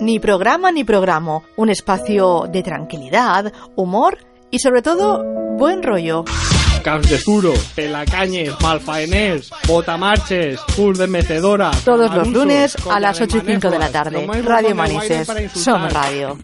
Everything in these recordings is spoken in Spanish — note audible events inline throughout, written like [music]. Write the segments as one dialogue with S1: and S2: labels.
S1: Ni programa ni programa, un espacio de tranquilidad, humor y sobre todo buen rollo.
S2: Camps de Suro, Pelacañes, Malfaenés, Botamarches, Pus de Mecedora.
S1: Todos los
S2: Marusos,
S1: lunes a
S2: Contra
S1: las
S2: de
S1: 8 y 5 de la
S2: Manejos,
S1: tarde.
S2: lo más
S1: Radio
S2: bueno del baile
S1: Manises,
S2: para insultar.
S1: Son Radio.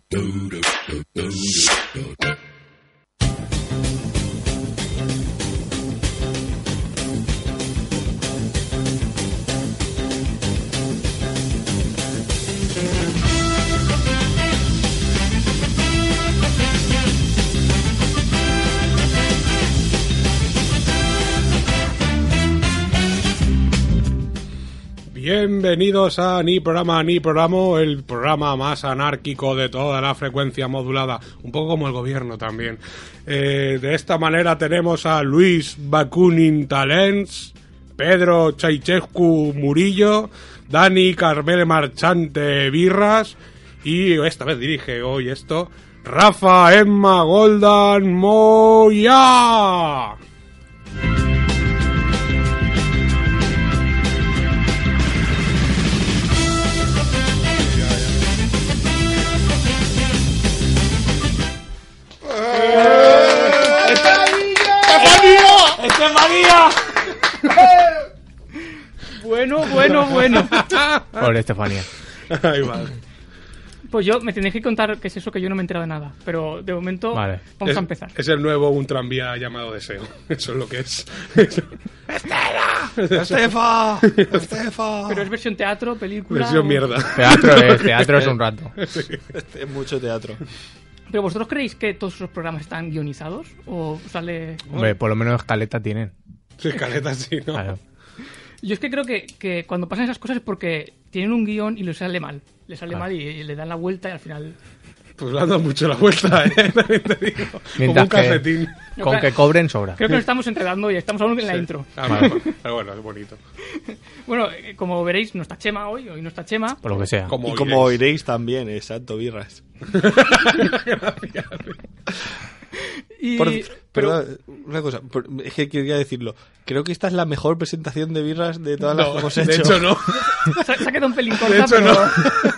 S3: Bienvenidos a Ni Programa Ni Programa, el programa más anárquico de toda la frecuencia modulada, un poco como el gobierno también. Eh, de esta manera tenemos a Luis Bakunin Talents, Pedro Chaichescu Murillo, Dani Carmel Marchante Birras y esta vez dirige hoy esto, Rafa Emma Goldan Moya. [laughs]
S4: Bueno, [laughs] bueno, bueno.
S5: Pobre Estefanía.
S3: Ahí va.
S4: Pues yo me tenéis que contar qué es eso que yo no me he enterado de nada. Pero de momento
S5: Vale.
S4: vamos
S3: es,
S4: a empezar.
S3: Es el nuevo un tranvía llamado Deseo. [laughs] Eso es lo que es. [laughs]
S6: [laughs] Estefa,
S4: Pero es versión teatro, película.
S3: Ah. Versión
S4: o-
S3: mierda.
S5: Teatro es, teatro es un rato.
S6: Es mucho teatro.
S4: Pero vosotros creéis que todos esos programas están guionizados o sale.
S5: Hombre, por lo menos escaleta tienen.
S3: Sí, caleta, sí, ¿no?
S5: Claro.
S4: Yo es que creo que, que cuando pasan esas cosas es porque tienen un guión y les sale mal. Les sale mal y, y le dan la vuelta y al final.
S3: Pues le han dado mucho la vuelta, ¿eh? [laughs] También te digo. Como
S5: Mientras
S3: un
S5: que-
S3: calcetín.
S4: No,
S5: Con
S4: claro.
S5: que cobren sobra.
S4: Creo que nos estamos enredando y estamos hablando en la intro.
S3: Ah, vale, vale. Pero bueno, es bonito.
S4: Bueno, eh, como veréis, no está Chema hoy, hoy no está Chema.
S5: Por lo que sea.
S3: Como
S6: y como
S3: oiréis.
S6: oiréis también, exacto, birras.
S4: Y,
S6: Por-
S4: pero
S6: perdón, una cosa, por- es que quería decirlo. Creo que esta es la mejor presentación de birras de todas las que
S3: No,
S6: hemos
S3: de
S6: hecho.
S3: hecho
S4: [laughs]
S3: no.
S4: se, se ha quedado un pelín
S3: [laughs]
S4: corta,
S3: De hecho
S4: pero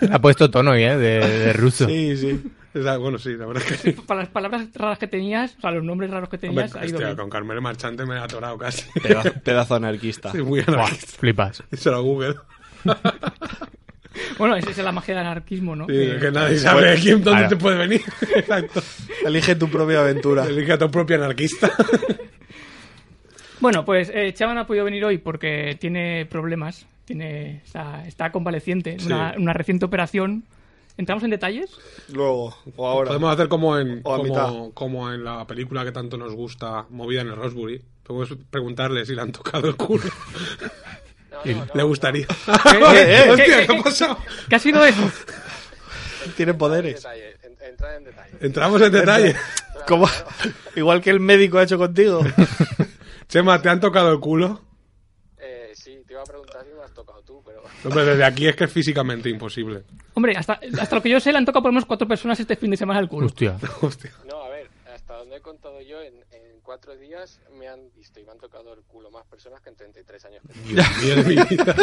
S3: no.
S5: Ha puesto tono, ¿eh? De, de ruso.
S6: [laughs] Sí, sí.
S3: O [laughs] sea, bueno, sí, la verdad es que sí.
S4: [laughs] para las palabras raras que tenías, o sea, los nombres raros que
S3: Hombre,
S4: tenías, ha ido
S3: hostia,
S4: bien.
S3: con Carmelo Marchante me he atorado casi. [laughs]
S6: Pedazo, pedazo anarquista.
S3: Sí, muy
S5: Buah,
S3: anarquista.
S5: flipas.
S3: Eso era Google.
S4: Bueno, esa es la magia del anarquismo, ¿no? Eh,
S3: Sí,
S4: Que-
S3: que nadie sabe
S5: Pues,
S6: Bueno,
S3: quién, dónde
S5: claro.
S3: te puede venir. [laughs] Exacto.
S6: Elige tu propia aventura.
S3: Elige a tu propio anarquista.
S4: Bueno, pues eh, Chema no ha podido venir hoy porque tiene problemas, tiene está, está convaleciente,
S3: Sí.
S4: una, una reciente operación. ¿Entramos en detalles?
S6: Luego, o ahora.
S3: Podemos hacer como en,
S6: O a
S3: como,
S6: mitad.
S3: como en la película que tanto nos gusta, movida en el Rosbury. Podemos preguntarle si le han tocado el culo. le [laughs] gustaría.
S6: eh,
S3: Hostia,
S4: eh,
S3: ¿qué
S4: eh.
S3: ha pasado?
S4: ¿Qué ha
S3: [laughs]
S4: sido eso?
S6: Tiene poderes.
S7: Entra en detalle.
S3: Entramos en detalle.
S6: Como- Igual que el médico ha hecho contigo.
S3: Chema, ¿te han tocado el culo?
S7: Eh, sí, te iba a preguntar si me has tocado tú, pero [laughs]
S3: No, pero desde aquí es que es físicamente imposible.
S4: Hombre, hasta, hasta lo que yo sé le han tocado por lo menos cuatro personas este fin de semana al culo.
S5: Hostia.
S3: Hostia.
S7: no, a ver, hasta donde he contado yo, en, en cuatro días me han visto y me han tocado el culo más personas que en 33 años. que tengo.
S3: Dios mío de mi
S6: [laughs]
S3: vida.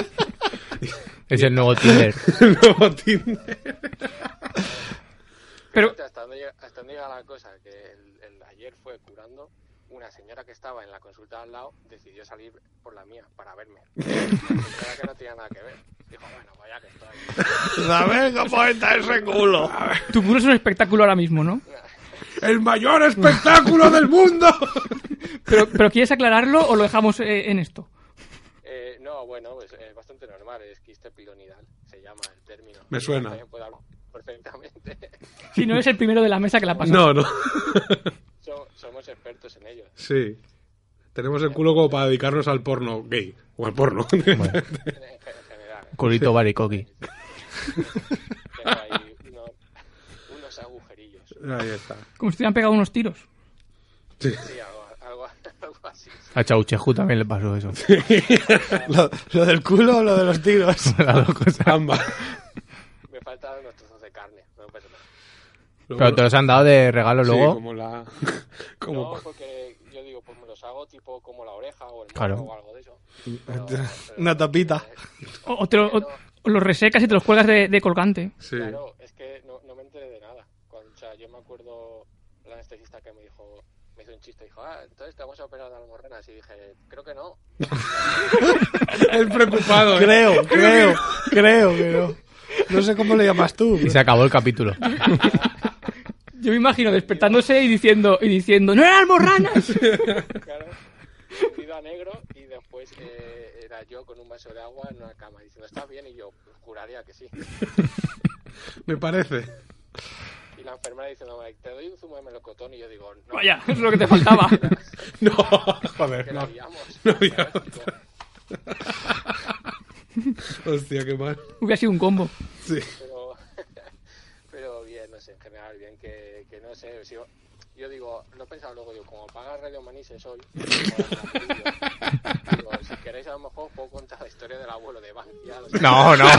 S5: Es el nuevo Tinder.
S3: El nuevo Tinder.
S4: Pero,
S7: Hasta donde, llega- hasta donde llega la cosa, que el, el ayer fue curando, una señora que estaba en la consulta de al lado decidió salir por la mía
S3: [laughs]
S7: para verme. Pensaba que no tenía nada que ver. Dijo, bueno, vaya que estoy.
S6: A ver cómo está ese culo.
S4: tu culo es un espectáculo ahora mismo, ¿no?
S3: El mayor espectáculo del mundo.
S4: Pero, pero ¿quieres aclararlo o lo dejamos eh, en esto?
S7: Eh, no, bueno, pues eh, bastante normal, es quiste pilonidal, se llama el término.
S3: Me suena.
S7: También puedo hablar perfectamente.
S4: Si no es el primero de la mesa que la pasa.
S3: No, no.
S7: So- somos expertos en ello.
S3: Sí. Tenemos el culo como para dedicarnos al porno gay. O al porno.
S7: en ge- en general.
S5: Culito baricoqui.
S7: Tengo ahí uno- unos agujerillos.
S3: [laughs] Ahí está.
S4: Como si te hubieran pegado unos tiros.
S7: Sí, algo, algo, [laughs] algo así.
S5: A Chaucheju también le pasó eso.
S6: Lo, lo del culo o lo de los
S5: [laughs]
S6: tiros.
S5: Las dos cosas.
S3: Ambas.
S7: Me faltan unos trozos de carne. No pasa nada.
S5: Pero te los han dado de regalo
S3: Sí,
S5: luego.
S3: como la. [laughs]
S7: No, pues,
S3: Como...
S7: porque yo digo, pues me los hago tipo como la oreja o el mono
S5: Claro.
S7: o algo de eso. Pero- pero-
S6: Una tapita.
S4: O, o te lo, o- o los resecas y te los cuelgas de, de colgante.
S3: Sí.
S7: Claro, es yo me acuerdo el anestesista que me dijo, me hizo un chiste, dijo, ah, entonces te vamos a operar de almorrenas. Y dije, creo que no.
S3: Es preocupado. ¿eh?
S6: Creo, creo, creo, pero. No sé cómo le llamas tú.
S5: Y se acabó el capítulo.
S4: Yo me imagino despertándose y diciendo, y diciendo ¡No eran morranas!
S7: Claro. Hundido a negro y después eh, era yo con un vaso de agua en una cama diciendo, ¿estás bien? Y yo, "Pues, juraría que sí.
S3: Me parece.
S7: Y la enfermera diciéndome, te doy un zumo de melocotón. Y yo digo, no,
S4: Vaya, [laughs] es lo que te faltaba.
S3: No,
S7: que
S3: joder,
S7: la
S3: no.
S5: [laughs]
S7: liamos.
S3: No había
S7: ¿sabes?
S3: otra. Hostia, qué mal.
S4: Hubiera sido un combo.
S3: Sí.
S7: [laughs] pero pero bien no sé en general bien que, que no sé si- yo digo lo he pensado luego digo como paga Radio Manises hoy digo, si queréis a lo mejor puedo contar la historia del abuelo de Bankia o sea,
S5: No, no, no.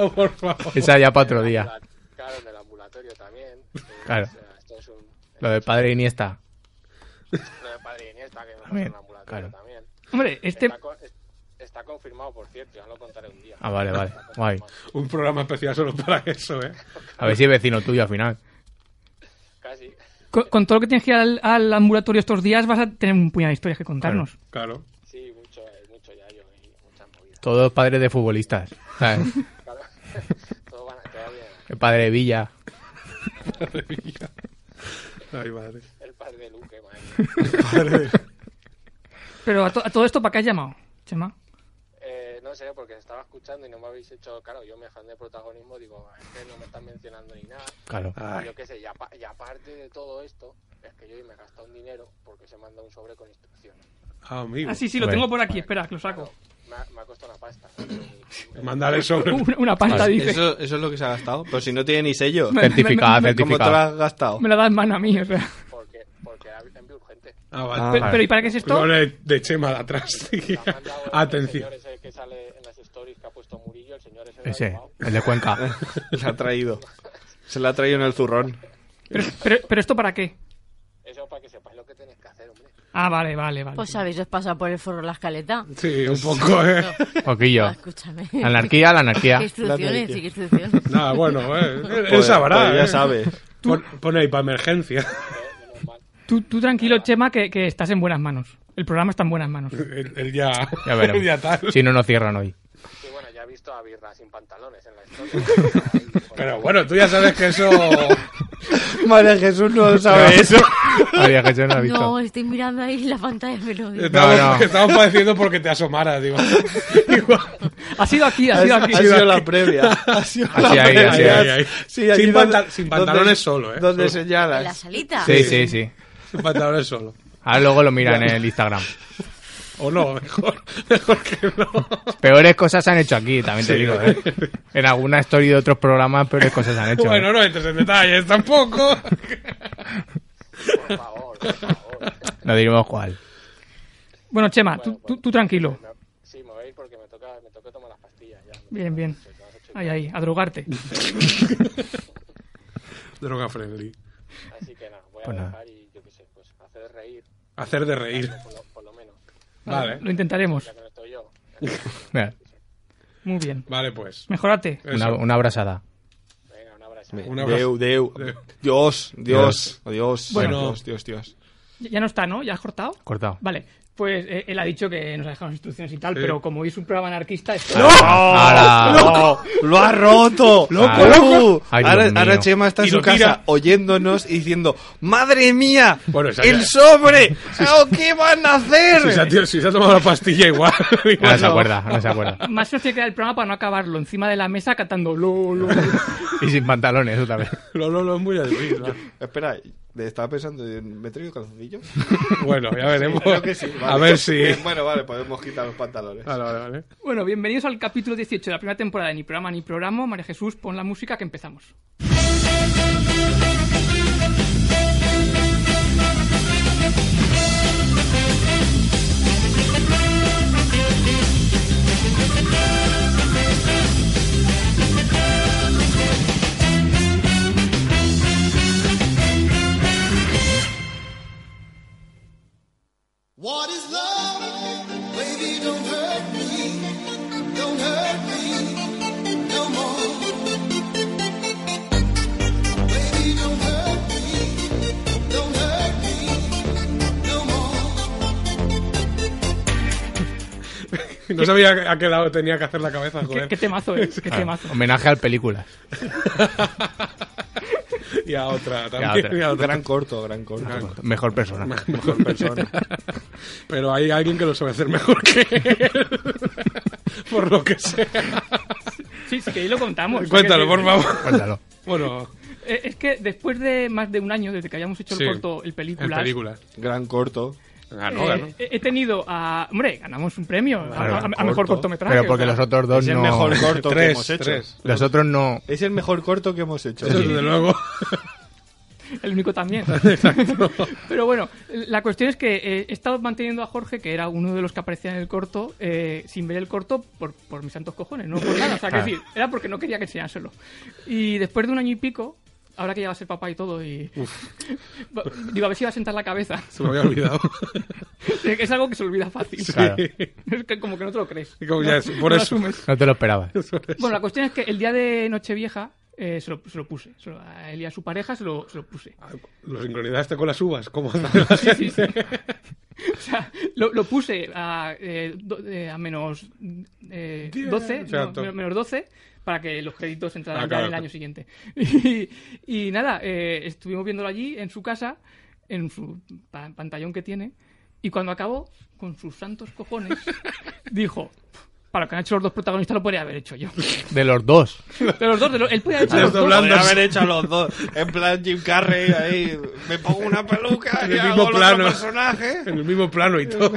S3: No, por favor.
S5: Esa ya para otro
S7: en el
S5: día.
S7: ambula- claro en el ambulatorio también eh,
S5: Claro.
S7: o sea, esto es un
S5: Lo de padre Iniesta.
S7: lo de padre Iniesta que me pasó en
S5: También,
S7: el ambulatorio
S5: claro.
S7: también
S4: Hombre, este...
S7: está, con- es- está confirmado por cierto ya os lo contaré un día
S5: Ah, vale, vale. Guay.
S3: Un programa especial solo para eso, ¿eh?
S5: A ver si es vecino tuyo al final.
S7: casi
S4: Con, con todo lo que tienes que ir al, al ambulatorio estos días vas a tener un puñado de historias que contarnos.
S3: Claro.
S7: sí mucho eh, mucho yayo y mucha movida
S5: Todos padres de futbolistas. ¿sabes?
S7: claro todo van a, todavía
S5: El padre de Villa.
S3: Madre mía. Ay, madre.
S7: El padre de Luque, madre.
S3: Padre.
S4: Pero a, to- a todo esto, ¿para qué has llamado, Chema?
S7: Eh, no sé, porque estaba escuchando y no me habéis hecho. Claro, yo me afán de protagonismo, digo, "Ah, es que no me están mencionando ni nada.
S5: Claro.
S3: Ah.
S7: Y Yo qué sé, y, apa- y aparte de todo esto, es que yo hoy me he gastado un dinero porque se manda un sobre con instrucciones.
S3: Amigo.
S4: Ah, sí, sí, lo
S5: Hombre.
S4: tengo por aquí. Espera, que lo saco.
S7: Me ha, Ah, me ha costado una pasta.
S3: Mandaré sobre.
S4: [laughs] Una, una pasta, dice.
S6: Eso, eso es lo que se ha gastado. Pero si no tiene ni sello.
S3: [laughs]
S4: Me-
S5: Certificado,
S6: ¿Cómo te lo
S5: certificado.
S6: has gastado?
S4: Me la das mano a mí, o sea.
S7: Porque, porque era envío urgente.
S3: Ah, vale.
S4: Pero,
S5: vale.
S4: pero, ¿y para qué es esto?
S3: Lo de, de Chema de atrás. [laughs]
S7: La manda ahora
S3: Atención.
S7: El señor ese que sale en las stories que ha puesto Murillo, el señor ese. de
S5: Ese,
S7: Bilbao.
S5: el de Cuenca.
S3: [laughs]
S6: Se ha traído. Se la ha traído en el zurrón.
S4: Pero, pero- pero esto para qué?
S7: Eso para que sepáis lo que tenéis que hacer, hombre.
S4: Ah, vale, vale, vale.
S8: Pues habéis pasado por el forro la escaleta.
S3: Sí, un poco, ¿eh?
S5: Poquillo.
S8: Ah, escúchame.
S5: La anarquía, la anarquía.
S8: ¿Qué
S6: La
S8: instrucciones?
S6: tía.
S8: Sí, qué instrucciones.
S3: Nada, bueno, ¿eh?
S5: [laughs]
S3: Él
S6: Pues-
S3: sabrá.
S6: pues
S3: ¿eh?
S6: ya sabe.
S3: Pon, pon ahí para emergencia. [laughs]
S7: Eh, menos mal.
S4: Tú, tú tranquilo, Chema, que, que estás en buenas manos. El programa está en buenas manos.
S3: Él, él ya.
S5: Ya
S3: él [laughs] ya
S5: veremos.
S3: tal.
S5: Si no nos cierran hoy.
S7: Y bueno, ya he visto a Birra sin pantalones en la historia.
S3: Pero bueno, tú ya sabes que eso.
S6: María Oh. Jesús no sabe eso.
S5: Había que yo no ha visto.
S8: No, estoy mirando ahí la pantalla, pero...
S3: Estamos,
S5: [laughs] no.
S3: estamos padeciendo porque te asomaras,
S5: [laughs]
S3: digo. Igual.
S4: Ha sido aquí, ha
S6: Ha
S4: sido
S6: sido,
S4: aquí.
S6: la previa. Ha sido
S5: Así
S6: la
S5: ahí,
S6: previa.
S5: así ahí,
S3: ahí.
S6: Sí, allí
S3: Sin
S6: donde-
S3: pantal- sin
S6: donde-
S3: pantalones solo, ¿eh?
S6: Donde
S3: Solo.
S8: En la
S6: señalas.
S8: salita.
S5: Sí, sí, sí.
S3: Sin pantalones solo.
S5: Ahora luego lo miran en el Instagram.
S3: O no, mejor, [laughs] mejor que no.
S5: Peores cosas se han hecho aquí, también te
S3: Sí.
S5: digo. ¿eh? En alguna story de otros programas, peores cosas se han hecho.
S3: Bueno,
S5: ¿eh?
S3: no entres en detalles tampoco.
S5: [laughs]
S7: Por favor, por favor.
S5: No diremos cuál.
S4: Bueno, Chema, tú, tú, tú tranquilo.
S7: pues, Me- Sí, me voy a ir porque me toca, me toca tomar las pastillas ya.
S4: Bien, bien.
S7: Se te las ocho y
S4: Ahí, ahí, a drogarte.
S3: Droga friendly.
S7: cuarto. Así que nada, voy a
S5: Pues nada.
S7: dejar y yo qué sé, pues hacer reír,
S3: Hacer de reír.
S7: por lo, por lo menos,
S3: [laughs] Vale,
S4: Lo intentaremos.
S7: ya que no estoy yo.
S5: Mira,
S4: Muy bien.
S3: vale, pues.
S4: Mejórate.
S3: Eso.
S5: una, una abrazada.
S7: Venga, un abrazo.
S6: Deu,
S3: Un abrazo.
S6: deu. Dios, Dios, Dios.
S5: Bueno.
S6: Dios, Dios, Dios.
S4: Ya no está, ¿no? ¿Ya has cortado?
S5: Cortado.
S4: Vale. Pues eh, él ha dicho que nos ha dejado las instrucciones y tal, pero como hoy es un programa anarquista... esto-
S3: Ah.
S5: Ahora-
S6: ¡Loco! ¡Lo ha roto!
S5: ¡Loco,
S6: loco!
S5: Ay, Dios
S6: ahora,
S5: mío.
S6: ahora Chema está en
S3: Y
S6: su
S3: lo tira.
S6: casa oyéndonos y diciendo ¡Madre mía!
S3: Bueno, esa
S6: ¡El
S3: ya-
S6: sobre! ¡Oh, ¿Qué van a hacer?
S3: Si se, ha, tío, si se ha tomado la pastilla igual. [laughs]
S5: Ahora se
S3: no.
S5: acuerda, ahora se acuerda.
S4: Más se nos tiene que dar el programa para no acabarlo encima de la mesa cantando lo, lo, lo.
S3: [laughs]
S5: Y sin pantalones, otra vez.
S3: Lo, lo, lo es muy así. ¿no?
S6: Espera, estaba pensando, ¿me he traído
S3: [laughs]
S6: calzoncillos?
S3: Bueno, ya veremos.
S6: Creo que sí. vale.
S3: A ver si. Ah,
S6: Eh, Bueno, vale, podemos quitar los pantalones.
S3: Vale, vale, vale.
S4: Bueno, bienvenidos al capítulo 18 de la primera temporada de Ni Programa Ni Programa. María Jesús, pon la música
S3: [laughs]
S4: que empezamos.
S9: What is love? Baby, don't hurt me. Don't hurt me no more.
S3: No sabía a qué lado tenía que hacer la cabeza,
S4: Qué,
S3: joder.
S4: [laughs] qué temazo, eh.
S3: Ah.
S4: Qué temazo.
S5: Homenaje al películas.
S3: Y a otra también.
S5: otra.
S3: y a otra.
S6: Gran corto, gran corto.
S5: Mejor persona.
S3: mejor persona. Pero hay alguien que lo sabe hacer mejor que él. [laughs] por lo que sea.
S4: Sí, sí, que ahí lo contamos.
S3: Cuéntalo,
S4: O sea,
S3: por
S4: que-
S3: favor.
S5: Cuéntalo.
S3: Bueno,
S4: Eh, Es que después de más de un año desde que hayamos hecho el
S3: Sí,
S4: corto, el película.
S3: en películas.
S6: Gran corto.
S3: Ganó,
S4: eh,
S3: ganó.
S4: he he tenido a. Hombre, ganamos un premio a- a, a mejor
S6: corto.
S4: cortometraje.
S5: Pero porque
S4: o sea,
S5: los otros dos
S6: Es el
S5: no.
S6: mejor corto que
S3: Tres,
S6: hemos hecho.
S3: tres.
S5: Los otros no.
S6: Es el mejor corto que hemos hecho.
S3: Eso desde luego. [laughs]
S4: El único también. Pero bueno, la cuestión es que eh, he estado manteniendo a Jorge, que era uno de los que aparecía en el corto, eh, sin ver el corto por, por mis santos cojones, no por nada. O sea, que
S5: Claro.
S4: decir, era porque no quería que enseñárselo. Y después de un año y pico, ahora que ya va a ser papá y todo, y. [laughs] Va- Digo, a ver si va a sentar la cabeza. [laughs]
S3: Se me había olvidado.
S4: es algo que se olvida fácil.
S5: Claro.
S4: Es que como que no te lo crees.
S3: Y [laughs] como ya es- por
S4: no lo
S3: eso.
S4: asumes.
S5: No te lo esperabas.
S4: Bueno, la cuestión es que el día de Nochevieja eh, se, lo, se lo puse. Se lo- a él y a su pareja se lo, se lo puse.
S3: Ah,
S4: [laughs]
S3: Lo sincronizaste con las uvas. ¿Cómo?
S4: Sí, sí. O sea, lo, lo puse a, eh, do- eh, a menos eh, 12,
S3: o sea,
S4: no,
S3: to-
S4: men- menos 12, para que los créditos
S3: Ah,
S4: entraran ya
S3: claro,
S4: en el
S3: claro.
S4: año siguiente. [laughs] Y, y nada, eh, estuvimos viéndolo allí, en su casa, en su pa- pantallón que tiene, y cuando acabó, con sus santos cojones,
S3: [laughs]
S4: dijo... Para lo que han hecho los dos protagonistas lo podría haber
S3: [laughs]
S4: hecho yo.
S5: De los dos.
S4: De los dos, de los- él podía haber hecho los dos.
S3: Desdoblando.
S6: Podría haber hecho a los dos. [laughs] En plan Jim Carrey, ahí me pongo
S4: [laughs]
S6: una peluca
S3: En
S6: y
S3: el
S6: hago
S3: mismo
S6: el
S3: plano.
S6: otro personaje.
S3: En el mismo plano y todo.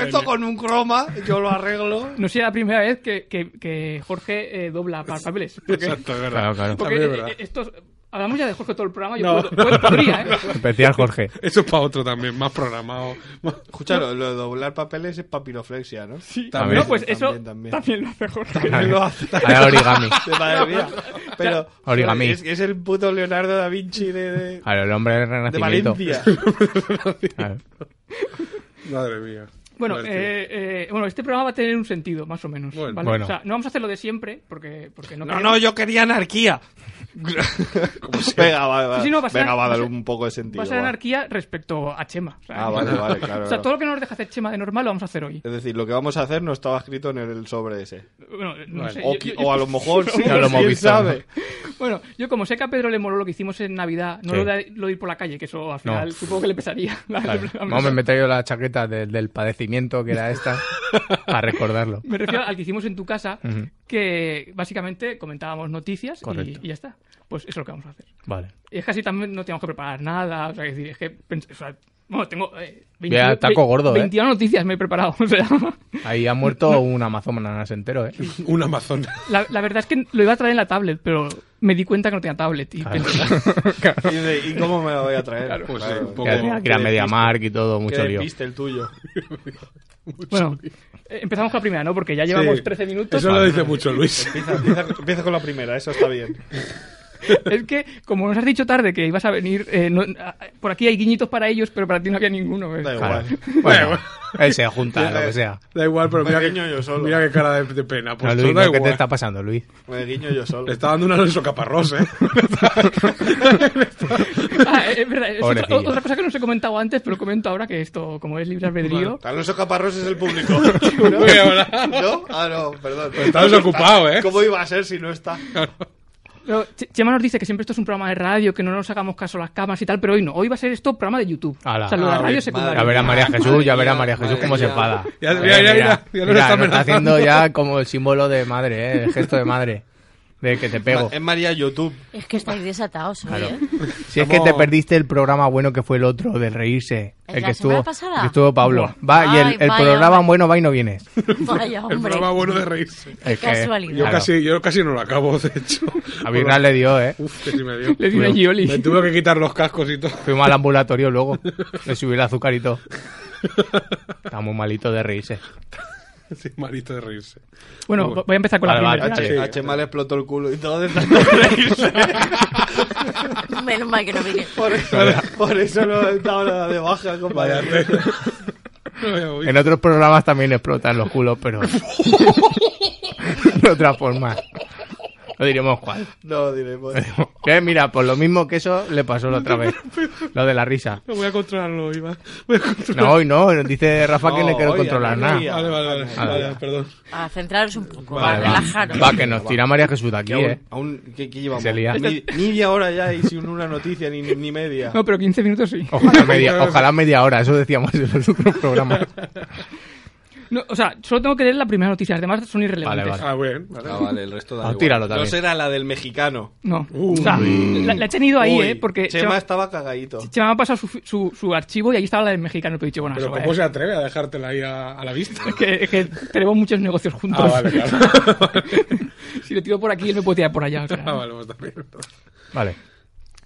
S6: Esto con un croma, yo lo arreglo.
S4: No sea la primera vez que, que- que Jorge eh, dobla pa-
S6: [laughs]
S4: papeles.
S3: [laughs]
S4: Porque,
S3: Exacto, es verdad.
S5: Claro, claro.
S4: porque,
S3: También es
S4: eh,
S3: verdad.
S4: eh, estos- hablamos ya de Jorge todo el programa. Yo
S3: No,
S4: puedo- puedo- podría, ¿eh?
S5: Especial Jorge.
S3: Eso es para otro también, más programado. más-
S6: Escúchalo, lo de doblar papeles es papiroflexia, ¿no?
S4: Sí.
S5: También.
S4: no, pues eso
S6: [laughs] También,
S4: también,
S6: también.
S4: lo hace
S6: [laughs]
S4: Jorge.
S5: Ahí
S6: lo hace.
S5: hay origami.
S6: De [laughs] madre mía. Pero
S5: Origami.
S6: Es, es el puto Leonardo da Vinci de, de,
S5: Claro, el hombre del
S6: de
S5: renacimiento.
S6: Valencia.
S5: Claro.
S3: Madre mía.
S4: Bueno,
S3: Madre mía.
S4: eh, eh, bueno, este programa va a tener un sentido, más o menos.
S3: Bueno.
S4: ¿vale?
S5: Bueno.
S4: O sea, no vamos a hacer lo de siempre, porque, porque no
S6: No,
S4: queremos-
S6: no, yo quería [laughs] anarquía. Venga, va, va.
S4: Sí, sí, Pues no, va a ser-
S6: Venga, va a
S4: va a
S6: darle
S4: ser-
S6: un poco de sentido.
S4: va a ser
S6: va.
S4: anarquía respecto a Chema. o sea, [laughs]
S6: Ah, vale, vale, claro.
S4: O sea,
S6: claro.
S4: todo lo que no nos deja hacer Chema de normal lo vamos a hacer hoy.
S6: Es decir, lo que vamos a hacer no estaba escrito en el sobre ese.
S4: Bueno, no
S3: Vale.
S4: sé,
S6: O,
S4: yo-
S6: qui-
S4: yo- [laughs]
S6: o a lo mejor sí,
S5: Ya lo hemos
S6: quién
S5: visto,
S6: sabe.
S4: Bueno, yo como sé que a Pedro le moló lo que hicimos en Navidad, no
S5: Sí.
S4: lo, de, lo de ir por la calle, que eso al
S5: No.
S4: final supongo que le pesaría. [laughs]
S5: Claro. Vamos, me he traído la chaqueta de- del padecimiento que era esta para recordarlo.
S4: Me refiero al que hicimos en tu casa,
S5: Ujú.
S4: que básicamente comentábamos noticias y,
S5: Correcto.
S4: y ya está. Pues eso es lo que vamos a hacer.
S5: Vale.
S4: Y es que así también no tenemos que preparar nada, o sea, es decir, es que... pens- o sea, bueno, tengo... eh,
S5: Vea, taco gordo, ¿eh?
S4: 21 noticias me he preparado, [laughs] o sea...
S5: Ahí ha muerto un amazonas entero, ¿eh?
S3: Un Amazon.
S4: La, la verdad es que lo iba a traer en la tablet, pero me di cuenta que no tenía tablet. Y pensé,
S6: Y, dice, ¿y cómo me la voy a traer? Claro,
S3: Pues sí, un poco.
S5: Que tenía que ir a MediaMark y todo,
S6: Qué
S5: mucho lío.
S6: despiste el tuyo.
S5: [laughs]
S4: bueno, eh, empezamos con la primera, ¿no? Porque ya llevamos
S3: Sí.
S4: 13 minutos.
S3: Eso lo dice mucho
S5: [laughs]
S3: Luis.
S6: Empieza, empieza- empieza con la primera, eso está bien.
S4: Es que, como nos has dicho tarde que ibas a venir, eh, no- a- por aquí hay guiñitos para ellos, pero para ti no había ninguno. ¿eh?
S6: Da
S5: Claro.
S6: igual.
S5: Bueno, él se junta, lo que sea.
S3: Da igual, pero
S6: Me
S3: mira, que,
S6: guiño yo solo.
S3: mira qué cara de, de pena. Pues
S5: No, Luis,
S3: todo da
S5: ¿no? ¿qué te
S3: igual.
S5: está pasando, Luis?
S6: Me guiño yo
S3: Le
S6: solo.
S3: está dando un Alonso Caparrós, ¿eh?
S4: Ah, [laughs] es verdad, es otra,
S5: Pobrecillo.
S4: otra cosa que no os he comentado antes, pero comento ahora que esto, como es libre albedrío,
S6: Alonso Caparrós es el público. [laughs]
S3: Voy a hablar.
S6: ¿No? Ah, no, perdón.
S3: está desocupado, ¿eh?
S6: ¿Cómo iba a ser si no está?
S4: Pero Che- Chema nos dice que siempre esto es un programa de radio, que no nos hagamos caso a las cámaras y tal, pero hoy no. Hoy va a ser esto programa de YouTube.
S5: Ala.
S4: o sea, lo de la
S6: Ah,
S4: radio
S6: bien,
S4: es
S5: Ya
S4: secundario.
S5: verá María Jesús, ya verá María Jesús
S6: madre
S5: cómo se
S6: mía.
S5: enfada.
S3: Ya-
S5: Eh,
S3: mira, ya- mira, ya lo está
S5: nos está
S3: amenazando.
S5: haciendo ya como el símbolo de madre, ¿eh? el gesto de madre, de que te pego.
S3: em,
S6: Es María YouTube.
S8: Es que estáis desatados hoy,
S5: Claro.
S8: ¿eh?
S5: Si es que te perdiste el programa bueno que fue el otro, del reírse,
S8: ¿El
S5: el
S8: la
S5: que
S8: semana
S5: estuvo,
S8: pasada?
S5: el que estuvo Pablo. Va, y
S8: Ay,
S5: el, el
S8: vaya,
S5: programa
S8: vaya.
S5: bueno va y no vienes.
S8: Vaya,
S3: El
S8: hombre.
S3: programa bueno de reírse.
S5: Es que-
S8: Casualidad.
S3: Yo,
S5: Claro.
S3: casi, yo casi no lo acabo, de hecho.
S5: A Birna le dio, ¿eh?
S3: Uf, que sí me dio.
S4: Le di una Gioli.
S3: Me tuve que quitar los cascos y todo. [laughs]
S5: Fuimos al ambulatorio
S8: [laughs]
S5: luego, le subí el azúcar y todo. Está muy malito de reírse.
S3: Sí, malito de reírse.
S4: Bueno, vo- voy a empezar con la
S5: Vale, vale,
S4: primera.
S5: sí.
S6: H, H mal explotó el culo y todo de tanto reírse.
S8: Menos mal que no vine.
S6: Por eso, por eso no estaba nada de baja,
S3: Vaya,
S6: compadre.
S3: te- No me voy.
S5: En otros
S3: [laughs]
S5: programas [laughs] también explotan los culos, pero. de otra forma. No diremos cuál.
S6: No, pues. diremos.
S5: [laughs] Eh, Mira, por lo mismo que eso le pasó la otra vez. Lo de la risa.
S3: No voy a controlarlo, Iván. Voy a controlarlo.
S5: No, hoy no. Dice Rafa que no
S6: No,
S5: quiero
S6: hoy,
S5: controlar
S6: al
S5: nada.
S6: mediodía.
S3: Vale, vale, vale.
S5: Ah,
S3: Vale,
S5: ya.
S3: perdón.
S8: A centraros un poco,
S5: Vale,
S8: a
S5: va.
S8: relajaros.
S5: Va, que nos tira María Jesús de aquí,
S6: Que aún,
S5: eh.
S6: aún- ¿qué, qué llevamos?
S5: Se lía.
S6: Ni, media hora ya y sin una noticia ni, ni media.
S4: No, pero 15 minutos sí.
S5: Ojalá media, ojalá media hora, eso decíamos en los otros programas.
S4: No, o sea, solo tengo que leer la primera noticia, las demás son irrelevantes.
S5: vale.
S3: Ah, bien. Vale.
S6: Ah, vale, el resto da
S5: Ah,
S6: igual.
S5: tíralo
S6: No
S5: también.
S6: será la del mexicano.
S4: No. o sea, la, la he tenido ahí,
S6: Uy,
S4: ¿eh? Porque
S6: Chema,
S4: Chema,
S6: estaba cagadito.
S4: Chema me ha pasado su, su, su archivo y ahí estaba la del mexicano, pero he dicho, bueno,
S3: Pero
S4: eso va,
S3: ¿cómo
S4: eh.
S3: se atreve a dejártela ahí a, a la
S5: [laughs]
S3: vista? [laughs]
S4: Es que, es que tenemos muchos negocios juntos.
S3: Ah,
S4: [laughs]
S3: vale, claro.
S4: si le tiro por aquí, él me puede tirar por allá. o sea.
S3: [laughs] Ah, vale, pues también.
S5: Vale,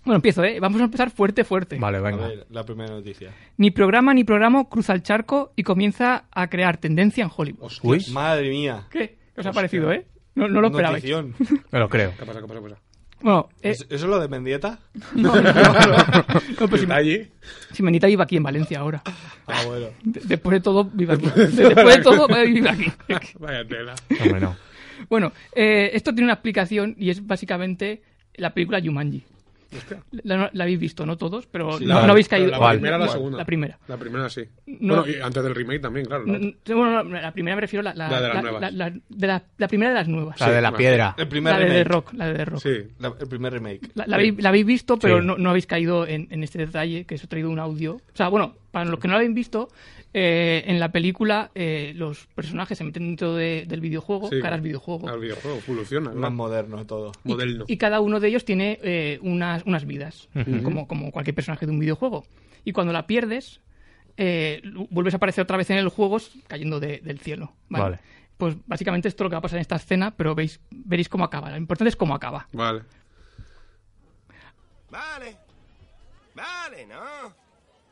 S4: Bueno, empiezo, ¿eh? Vamos a empezar fuerte, fuerte.
S5: vale,
S6: A
S5: venga.
S6: ver, la primera noticia.
S4: Ni programa ni programa cruza el charco y comienza a crear tendencia en Hollywood.
S5: Uy,
S6: Madre mía.
S4: ¿Qué? ¿Qué os ha parecido, eh? No, no lo esperabais.
S6: Notición.
S5: me lo creo.
S3: ¿Qué pasa? ¿Qué pasa? ¿Qué pasa?
S4: Bueno, [laughs] eh,
S6: ¿Es- ¿Eso es lo de Mendieta?
S4: [laughs] no, pero si,
S3: ¿Está allí?
S4: si Menita vive aquí en Valencia ahora.
S6: Ah, bueno.
S4: De- después de todo, vive aquí. De-
S3: [laughs]
S4: Después de todo, eh, vive aquí.
S3: Vaya tela.
S5: Hombre, no.
S4: Bueno, eh, esto tiene una explicación y es básicamente la película Jumanji. La, la habéis visto, no todos, pero
S6: Sí,
S4: no,
S5: la-
S4: no habéis
S3: pero
S4: caído.
S3: la
S5: ¿Cuál?
S3: primera o la segunda?
S4: La primera.
S3: La primera sí.
S4: No.
S3: Bueno, y antes del remake también, claro. la
S4: N-
S3: otra.
S4: n- Bueno, no, la primera me refiero a la,
S3: La de las
S4: la-
S3: nuevas.
S4: la- la- de la- la primera de las nuevas.
S5: La de la
S3: vale.
S5: piedra.
S6: El primer
S4: La de The
S6: remake.
S4: Rock. La de The Rock.
S3: Sí.
S6: La- el primer remake.
S4: La, la habéis, la habéis visto, pero
S5: Sí.
S4: no, no habéis caído en, en este detalle, que os he traído un audio. O sea, bueno, para los que no lo habéis visto, eh, en la película eh, los personajes se meten dentro de- del videojuego,
S3: sí.
S4: caras Oh, videojuego,
S3: Al videojuego, evoluciona.
S6: Más
S3: ¿no?
S6: moderno todo.
S4: y,
S3: Moderno.
S4: y cada uno de ellos tiene eh, unas, unas vidas, como, como cualquier personaje de un videojuego. Y cuando la pierdes, eh, lu- vuelves a aparecer otra vez en el juego s- cayendo de- del cielo. ¿vale?
S5: Vale.
S4: Pues básicamente esto es lo que va a pasar en esta escena, pero veis, veréis cómo acaba. Lo importante es cómo acaba.
S3: Vale.
S9: Vale. Vale, ¿no?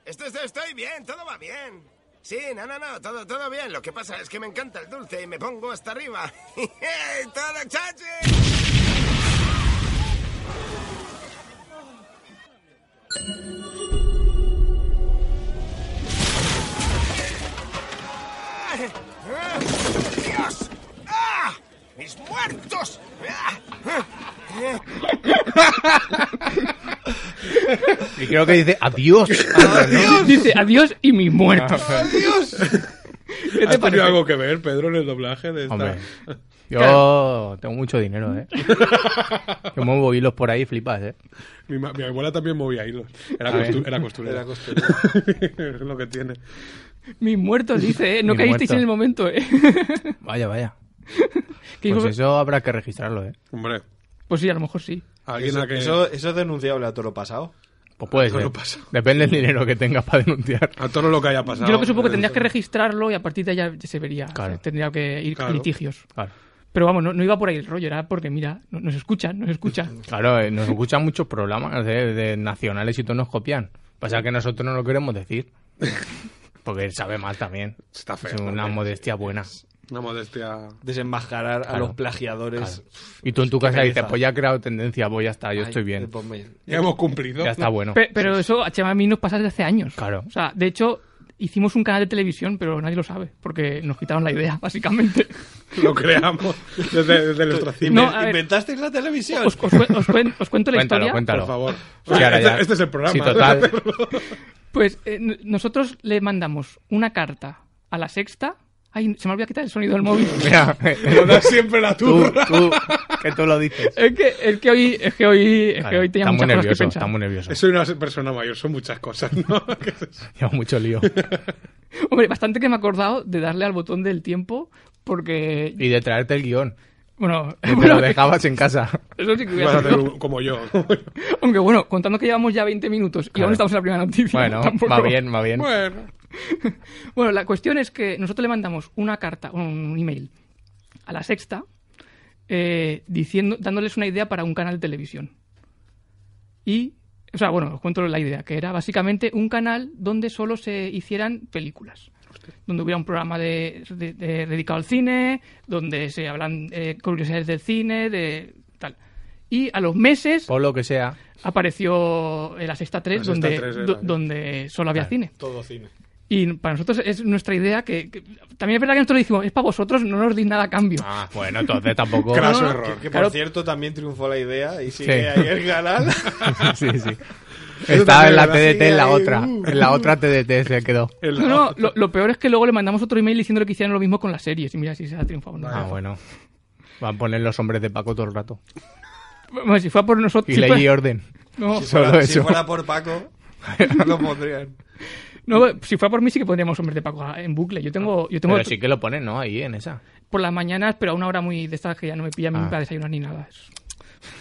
S9: Esto, esto- estoy bien, todo va bien. Sí, no, no, no, todo, todo bien. Lo que pasa es que me encanta el dulce y me pongo hasta arriba. ¡Todo chachi! ¡Dios! ¡Ah! ¡Mis muertos! ¡Ah!
S5: Y creo que dice [laughs] adiós.
S4: [laughs]
S5: Ah.
S4: Dice adiós y mis muertos. [laughs] ¿Qué te
S3: ¿Has tenido
S4: parece?
S3: algo que ver, Pedro, en el doblaje de esta? [laughs]
S5: Hombre, yo tengo mucho dinero, eh. Yo muevo hilos por ahí, flipas, eh.
S3: Mi, ma- mi abuela también movía hilos. Era,
S5: A ver.
S3: costu- era costurera.
S6: Era [laughs] costurera.
S3: [laughs] es lo que tiene.
S4: Mis muertos, dice, ¿eh? No
S5: Mis
S4: caísteis
S5: muertos.
S4: en el momento, ¿eh? [laughs]
S5: Vaya, vaya.
S4: Que dijo-
S5: Pues eso habrá que registrarlo, eh.
S3: Hombre,
S4: pues sí, a lo mejor sí.
S3: alguien
S6: Eso,
S3: a que...
S6: eso, eso es denunciable a todo lo pasado.
S5: Pues puede
S3: Eso
S5: ser.
S3: no pasa.
S5: Depende del dinero que tengas para denunciar.
S3: A todo lo que haya pasado.
S4: Yo lo que supongo que tendrías que registrarlo y a partir de ahí ya se vería.
S5: Claro.
S4: Tendría que ir
S3: Claro.
S4: a litigios.
S5: Claro.
S4: Pero vamos, no, no iba por ahí el rollo, era porque mira, no- nos escuchan, nos
S5: [laughs]
S4: escuchan.
S5: Claro, eh, nos escuchan muchos programas de, de nacionales y todos nos copian. Pasa que nosotros no lo queremos decir. [laughs] Porque él sabe mal también.
S3: Está feo,
S5: Es una
S3: hombre.
S5: modestia buena.
S3: Una modestia...
S6: Desenmascarar a
S5: Claro.
S6: los plagiadores.
S5: Claro. Y tú en tu casa
S6: pereza.
S5: dices, pues ya he creado tendencia, pues ya está, yo
S6: Ay,
S5: estoy bien.
S6: ponme-
S3: Ya hemos cumplido.
S5: Ya está bueno.
S4: Pe- pero eso a Chema y a mí nos pasa desde hace años.
S5: Claro.
S4: O sea, de hecho, hicimos un canal de televisión, pero nadie lo sabe, porque nos quitaron la idea, [laughs] básicamente.
S3: Lo creamos desde, desde el ostracismo.
S4: No,
S6: Inven-
S4: a ver.
S6: ¿Eh? ¿Inventasteis la televisión?
S4: Os, os cuen- os cuen- os cuento la
S5: Cuéntalo,
S4: historia.
S5: cuéntalo.
S3: Por favor.
S5: Sí, ahora
S3: este,
S5: ya.
S3: este es el programa.
S5: Sí,
S3: [laughs]
S5: total.
S4: Pues eh, n- nosotros le mandamos una carta a la sexta. Ay, se me olvidó quitar el sonido del
S5: [laughs]
S4: móvil.
S5: Mira,
S3: Nos da siempre la
S5: tú,
S3: turra.
S5: tú, que tú lo dices.
S4: Es que, es que hoy, es que hoy, es que
S5: Claro,
S4: hoy tenía
S5: está
S4: muchas
S5: muy
S4: cosas
S5: nervioso,
S4: que pensar.
S5: está muy nervioso.
S3: Soy una persona mayor, son muchas cosas, ¿no? [laughs] ¿Qué es eso?
S5: [laughs] Lleva mucho lío.
S4: Hombre, bastante que me he acordado de darle al botón del tiempo porque,
S5: Y de traerte el guión.
S4: bueno,
S5: Que
S4: [laughs]
S5: te
S4: bueno,
S5: lo dejabas
S4: [laughs]
S5: en casa.
S4: eso sí que hubiera
S3: Vas a hacer
S4: sido-
S3: un- como yo.
S4: Aunque bueno, contando que llevamos ya 20 minutos y
S5: Claro.
S4: aún estamos en la primera noticia.
S5: Bueno,
S4: [laughs] tampoco-
S5: va bien, va bien.
S3: bueno.
S4: Bueno, la cuestión es que nosotros le mandamos una carta, un email a la sexta eh, diciendo, dándoles una idea para un canal de televisión. Y, o sea, bueno, os cuento la idea, que era básicamente un canal donde solo se hicieran películas. Donde hubiera un programa de, de- de- dedicado al cine, donde se hablan eh, curiosidades del cine, de tal. Y a los meses
S5: Por lo que sea.
S4: apareció eh, la sexta 3,
S3: La Sexta
S4: donde,
S3: Tres era,
S4: do-
S3: ¿eh?
S4: donde solo había cine.
S6: Todo cine.
S4: Y para nosotros es nuestra idea que, que- también es verdad que nosotros decimos, es para vosotros, no nos deis nada a cambio.
S5: Ah, bueno, entonces tampoco. [laughs]
S3: Craso
S4: no,
S3: error.
S6: Que, que,
S4: Claro.
S6: por cierto también triunfó la idea y sigue
S5: Sí.
S6: ahí
S5: [laughs]
S6: el canal.
S5: sí, sí.
S3: Yo
S5: Estaba en la
S3: también,
S5: TDT, en la
S3: ahí,
S5: otra.
S3: uh.
S5: En la otra TDT se quedó.
S3: El- [laughs]
S4: No, no, lo, lo peor es que luego le mandamos otro email diciéndole que hicieran lo mismo con las series y mira si se ha triunfado. o no.
S5: Ah, bueno. Van a poner los hombres de Paco todo el rato.
S4: Bueno, si fuera por nosotros...
S5: Y
S4: si
S5: ley
S4: fuera-
S5: y orden.
S4: no,
S6: Si fuera,
S5: Solo
S6: si
S5: eso.
S6: fuera por Paco, lo pondrían.
S4: no, si fuera por mí sí que pondríamos hombres de Paco en bucle. Yo tengo, yo tengo
S5: Pero sí que lo ponen, ¿no? Ahí, en esa.
S4: por las mañanas, pero a una hora muy de estas que ya no me pilla a mí
S5: Ah.
S4: para desayunar ni nada.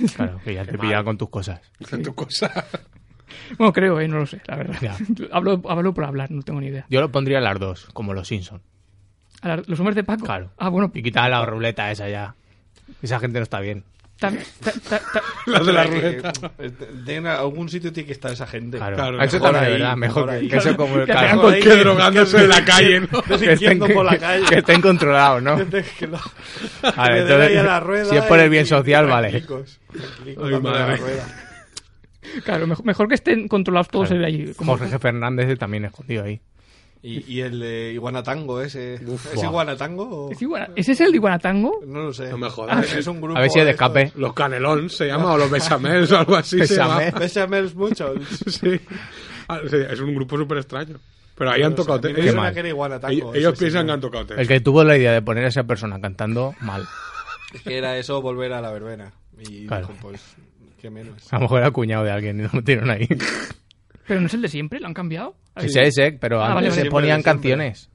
S4: Es-
S5: Claro, que ya te pillaba con tus cosas.
S3: tu cosa.
S6: [laughs]
S4: Bueno, creo, eh, no lo sé, la verdad.
S5: Ya.
S4: [laughs] Hablo, hablo por hablar, no tengo ni idea.
S5: Yo lo pondría a las dos, como los Simpson.
S4: A la- ¿Los hombres de Paco?
S5: Claro.
S4: Ah, bueno,
S5: Y quitaba la ruleta esa ya. Esa gente no está bien.
S4: tam- ta- ta- ta-
S3: Los de [laughs] la
S6: Que-
S3: ruleta.
S6: que- de- en algún sitio tiene que estar esa gente.
S5: Claro.
S3: Claro,
S5: eso
S6: mejor
S5: también,
S6: ahí,
S5: ¿verdad? Mejor,
S6: mejor
S5: que,
S6: ahí.
S5: que eso como...
S4: Que
S5: claro,
S4: hagan
S3: Con
S6: Joder,
S3: que
S6: que-
S3: drogándose en la calle, ¿no?
S5: que estén,
S6: Desinquiendo por la calle. [laughs]
S5: que estén controlados, ¿no?
S6: Que te- que lo-
S5: A ver,
S6: que le den ahí a la
S5: entonces,
S6: rueda
S5: si es por el bien
S6: y-
S5: social,
S6: y
S5: vale.
S6: tranquilicos, tranquilicos
S3: Ay,
S6: dándole a la
S3: madre.
S6: rueda.
S4: claro, mejor, mejor que estén controlados todos
S5: Claro.
S4: ahí. Como,
S5: Jorge Fernández también escondido ahí.
S6: Y, y el de Iguanatango, ese. ¿Es
S5: buah.
S6: Iguanatango? o-
S4: ¿Es iguana- ¿Ese es el de Iguanatango?
S6: No lo sé.
S3: No me jodas.
S6: [laughs] Es un grupo.
S5: A ver si es de
S6: estos.
S5: escape.
S3: Los Canelón se llama, o los Besamels o algo así. se llama.
S5: Besamel.
S6: Bechamels muchos.
S5: [laughs]
S3: Sí. Ah, sí, Es un grupo súper extraño. Pero ahí han
S6: No sé,
S3: tocado.
S6: a mí me
S3: ellos-
S6: suena
S5: mal.
S6: que era Iguanatango,
S3: ellos
S6: ese
S3: ellos piensan
S6: señor.
S3: que han tocado. techo.
S5: El que tuvo la idea de poner a esa persona cantando mal.
S6: que era eso volver a la verbena. Y
S5: Claro.
S6: dijo, pues, qué menos.
S3: Ah,
S5: A lo mejor era cuñado de alguien y lo metieron ahí.
S4: Pero no es el de siempre, lo han cambiado.
S5: Ese, ese, pero
S4: Ah,
S5: antes
S4: vale,
S5: se
S4: vale.
S5: ponían
S6: Siempre, siempre.
S5: canciones.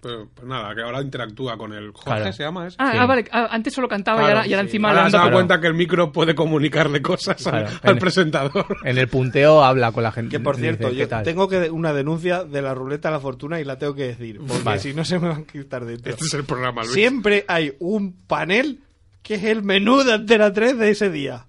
S3: Pero, pues nada, que ahora interactúa con el Jorge,
S5: Claro.
S3: se llama ese.
S4: Ah,
S5: Sí.
S4: ah, vale, ah, antes solo cantaba y
S3: Claro,
S4: ahora, y ahora
S3: sí.
S4: encima le
S3: Ahora
S4: han
S3: se
S4: dado-
S3: da
S5: Claro.
S3: cuenta que el micro puede comunicarle cosas al,
S5: Claro.
S3: al
S5: En-
S3: presentador.
S5: En el punteo habla con la gente.
S6: Que por
S5: Dice,
S6: cierto,
S5: "¿Qué
S6: yo
S5: tal?".
S6: tengo que una denuncia de la ruleta a la fortuna y la tengo que decir. Porque
S5: Vale.
S6: si no se me van a quitar dentro.
S3: Este es el programa, Luis.
S6: Siempre hay un panel que es el menú de Antena 3 de ese día.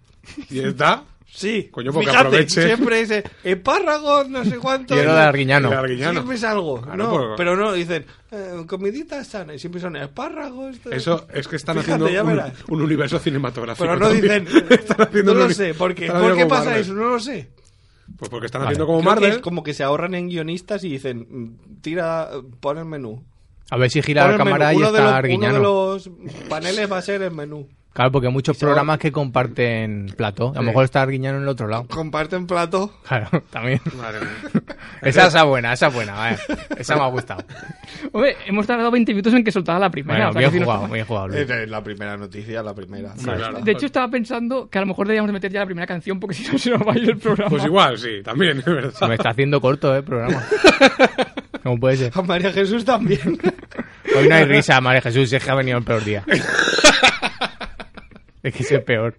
S3: Y está.
S6: Sí.
S3: Coño, porque
S6: Fíjate,
S3: aproveche.
S6: Siempre dice espárragos, no sé cuánto.
S5: Quiero de Arguiñano.
S3: el Arguiñano.
S6: Siempre es algo.
S3: Claro, pues-
S6: no,
S3: porque-
S6: Pero no, dicen eh, comiditas sanas. Y siempre son espárragos. tal.
S3: Eso es que están
S6: Fíjate, ya
S3: haciendo un,
S6: verás.
S3: un universo cinematográfico.
S6: Pero no
S3: también.
S6: dicen.
S3: [laughs]
S6: eh,
S3: Están haciendo
S6: no
S3: un
S6: lo
S3: uni-
S6: sé. ¿Por qué,
S3: están
S6: ¿Por
S3: haciendo
S6: qué
S3: como
S6: pasa
S3: Marvel.
S6: eso? No lo sé.
S3: Pues porque están
S5: Vale.
S3: haciendo como
S6: Creo que
S3: Marvel.
S6: es como que se ahorran en guionistas y dicen, mm, tira, eh, pon el menú.
S5: A ver si gira
S6: Pon
S5: la
S6: el
S5: cámara
S6: menú.
S5: y
S6: Uno de
S5: está
S6: los-
S5: Arguiñano.
S6: Uno de los paneles va a ser el menú.
S5: Claro, porque hay muchos
S6: se va-
S5: programas que comparten plato. A lo mejor está Arguiñano en el otro
S6: [laughs]
S5: lado.
S6: Comparten plato.
S5: Claro, también.
S3: Madre mía.
S5: Esa es buena, esa es buena. vale. Esa me ha gustado.
S4: Hombre, hemos tardado 20 minutos en que soltara la primera.
S5: Bueno,
S4: o sea, que si
S5: bien
S4: no-
S5: jugado, bien jugado. Luis.
S6: Eh, La primera noticia, la primera.
S3: claro.
S4: De hecho, estaba pensando que a lo mejor deberíamos de meter ya la primera canción porque si no se nos va a ir el programa.
S3: Pues igual, sí, también, es
S5: Se me
S3: verdad.
S5: está haciendo corto, ¿eh? El
S6: [laughs]
S5: programa. ¿Cómo puede ser?
S6: A María Jesús también.
S5: [laughs] Hoy no hay risa, María Jesús, es que ha venido el
S3: [laughs]
S5: peor día. Es que es el peor.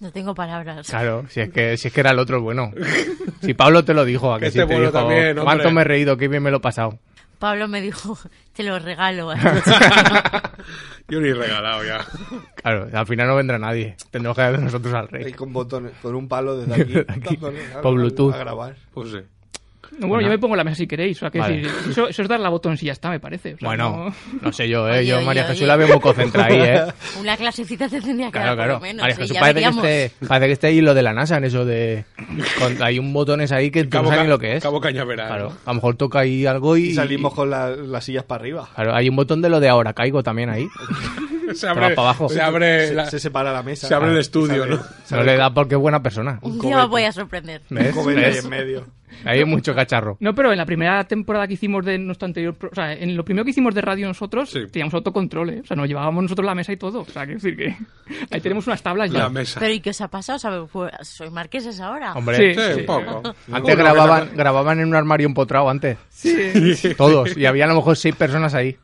S8: No tengo palabras.
S5: Claro, si es que, si es que era el otro el bueno. Si Pablo te lo dijo, a que
S3: Este
S5: sí te
S3: bueno
S5: dijo,
S3: también, hombre".
S5: cuánto me he reído, qué bien me lo he pasado.
S8: Pablo me dijo, te lo regalo. [laughs]
S3: Yo ni regalado ya.
S5: [laughs] Claro, al final no vendrá nadie. Tendremos que dar de nosotros al
S6: Ahí
S5: rey.
S6: con botones, con un
S5: [laughs]
S6: palo desde aquí.
S5: Aquí,
S6: dándole al-
S5: por Bluetooth.
S6: A grabar.
S3: Pues sí.
S4: No, bueno, yo me pongo la mesa si queréis. O sea, que
S5: Vale.
S4: si- eso, eso es dar la botón si ya está, me parece. O sea,
S5: Bueno,
S4: no-
S5: no sé yo, ¿eh?
S8: Oye,
S5: Yo
S8: oye,
S5: María
S8: oye.
S5: Jesús la veo muy concentrada ahí, ¿eh?
S8: Una clasecita te tendría que dar
S5: Claro, claro.
S8: por lo menos.
S5: María
S8: y
S5: Jesús
S8: ya
S5: parece que,
S8: veríamos.
S5: esté, parece que esté ahí lo de la NASA en eso de... con- hay un botones ahí que tú no sabes ni lo que es.
S3: Cabo Cañaveral.
S5: Claro, a lo mejor toca ahí algo y...
S6: Y salimos con la- las sillas para arriba.
S5: Claro, hay un botón de lo de ahora caigo también ahí.
S3: [laughs] Se abre,
S5: Pero para abajo.
S3: Se abre,
S6: Se,
S3: la-
S6: se separa Eh, la mesa.
S3: se abre el
S6: Ah,
S3: estudio,
S6: sale-
S3: ¿no?
S5: No le da porque es buena persona.
S8: Un día os voy a sorprender.
S6: Un
S5: ¿Ves?
S6: cobete ahí
S5: ¿Ves?
S6: en medio.
S5: Ahí hay mucho cacharro.
S4: No, pero en la primera temporada que hicimos de nuestro anterior. pro- O sea, en lo primero que hicimos de radio nosotros,
S3: Sí.
S4: teníamos autocontrol, ¿eh? O sea, nos llevábamos nosotros la mesa y todo. O sea, quiero decir que. [laughs] Ahí tenemos unas tablas ya.
S3: La mesa.
S8: Pero ¿y qué os ha pasado? O sea, pues, ¿Sois marqueses ahora?
S5: Hombre,
S4: Sí.
S3: Sí, un poco.
S5: antes
S3: Una
S5: grababan, grababan en un armario empotrado antes. Todos. Y había a lo mejor seis personas ahí.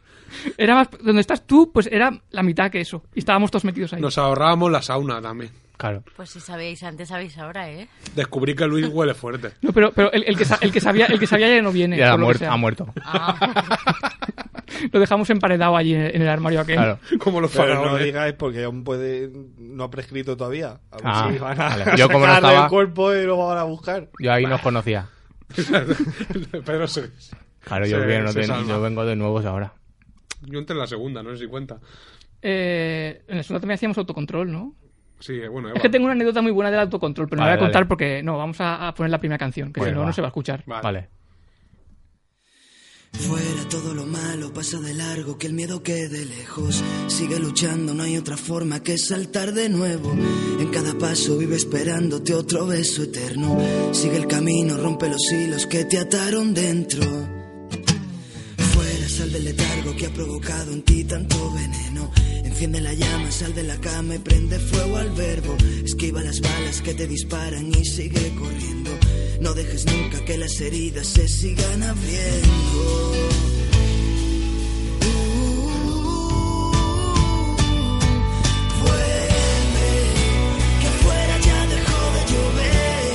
S4: Era más. Donde estás tú, pues era la mitad que eso. Y estábamos todos metidos ahí.
S3: Nos ahorrábamos la sauna también.
S5: Claro.
S8: Pues si sabéis, antes sabéis ahora, ¿eh?
S3: Descubrí que Luis huele fuerte. [laughs]
S4: No, pero, pero el, el que sa- el que sabía, el que sabía ya no viene.
S5: Y ahora ha
S4: por lo que
S5: muerto.
S4: sea. Ah.
S5: Ha muerto.
S4: Lo dejamos emparedado allí en, en el armario aquel.
S5: [laughs] Claro.
S3: Como
S5: [laughs]
S3: los
S6: Pero
S3: [laughs]
S6: no
S3: faraones.
S6: digáis porque aún puede. No ha prescrito todavía. Aún
S5: Ah,
S6: sí, van a
S5: vale. Yo como no
S6: sacarle
S5: estaba-
S6: el cuerpo y lo van a buscar.
S5: Yo ahí no os conocía.
S3: Pedro se-
S5: Claro, yo,
S3: Se-
S5: vengo
S3: se
S5: de-
S3: salva.
S5: yo vengo de nuevos ahora.
S3: Yo entré en la segunda, no sé si cuenta.
S4: Eh, en la segunda también hacíamos autocontrol, ¿no?
S3: Sí, eh, bueno, Eva.
S4: Es que tengo una anécdota muy buena del autocontrol, pero no la
S5: Vale,
S4: voy a contar
S5: dale.
S4: porque no, vamos a, a poner la primera canción, que
S5: Bueno,
S4: si no,
S5: va.
S4: no se va a escuchar.
S3: Vale.
S5: Vale.
S10: Fuera todo lo malo, pasa de largo, que el miedo quede lejos. Sigue luchando, no hay otra forma que saltar de nuevo. En cada paso vive esperándote otro beso eterno. Sigue el camino, rompe los hilos que te ataron dentro. Fuera, sal del letargo que ha provocado en ti tanto veneno. Enciende la llama, sal de la cama y prende fuego al verbo. Esquiva las balas que te disparan y sigue corriendo. No dejes nunca que las heridas se sigan abriendo. Uh, uh. Vuelve, que afuera ya dejó de llover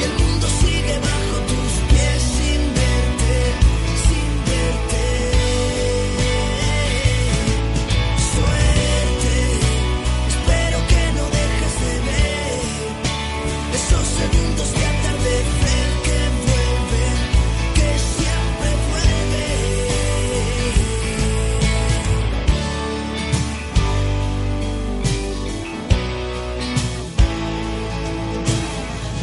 S10: y el mundo sigue bajo tus pies sin verte, sin verte. Suerte, espero que no dejes de ver esos segundos de atardecer que vuelven, que siempre vuelven.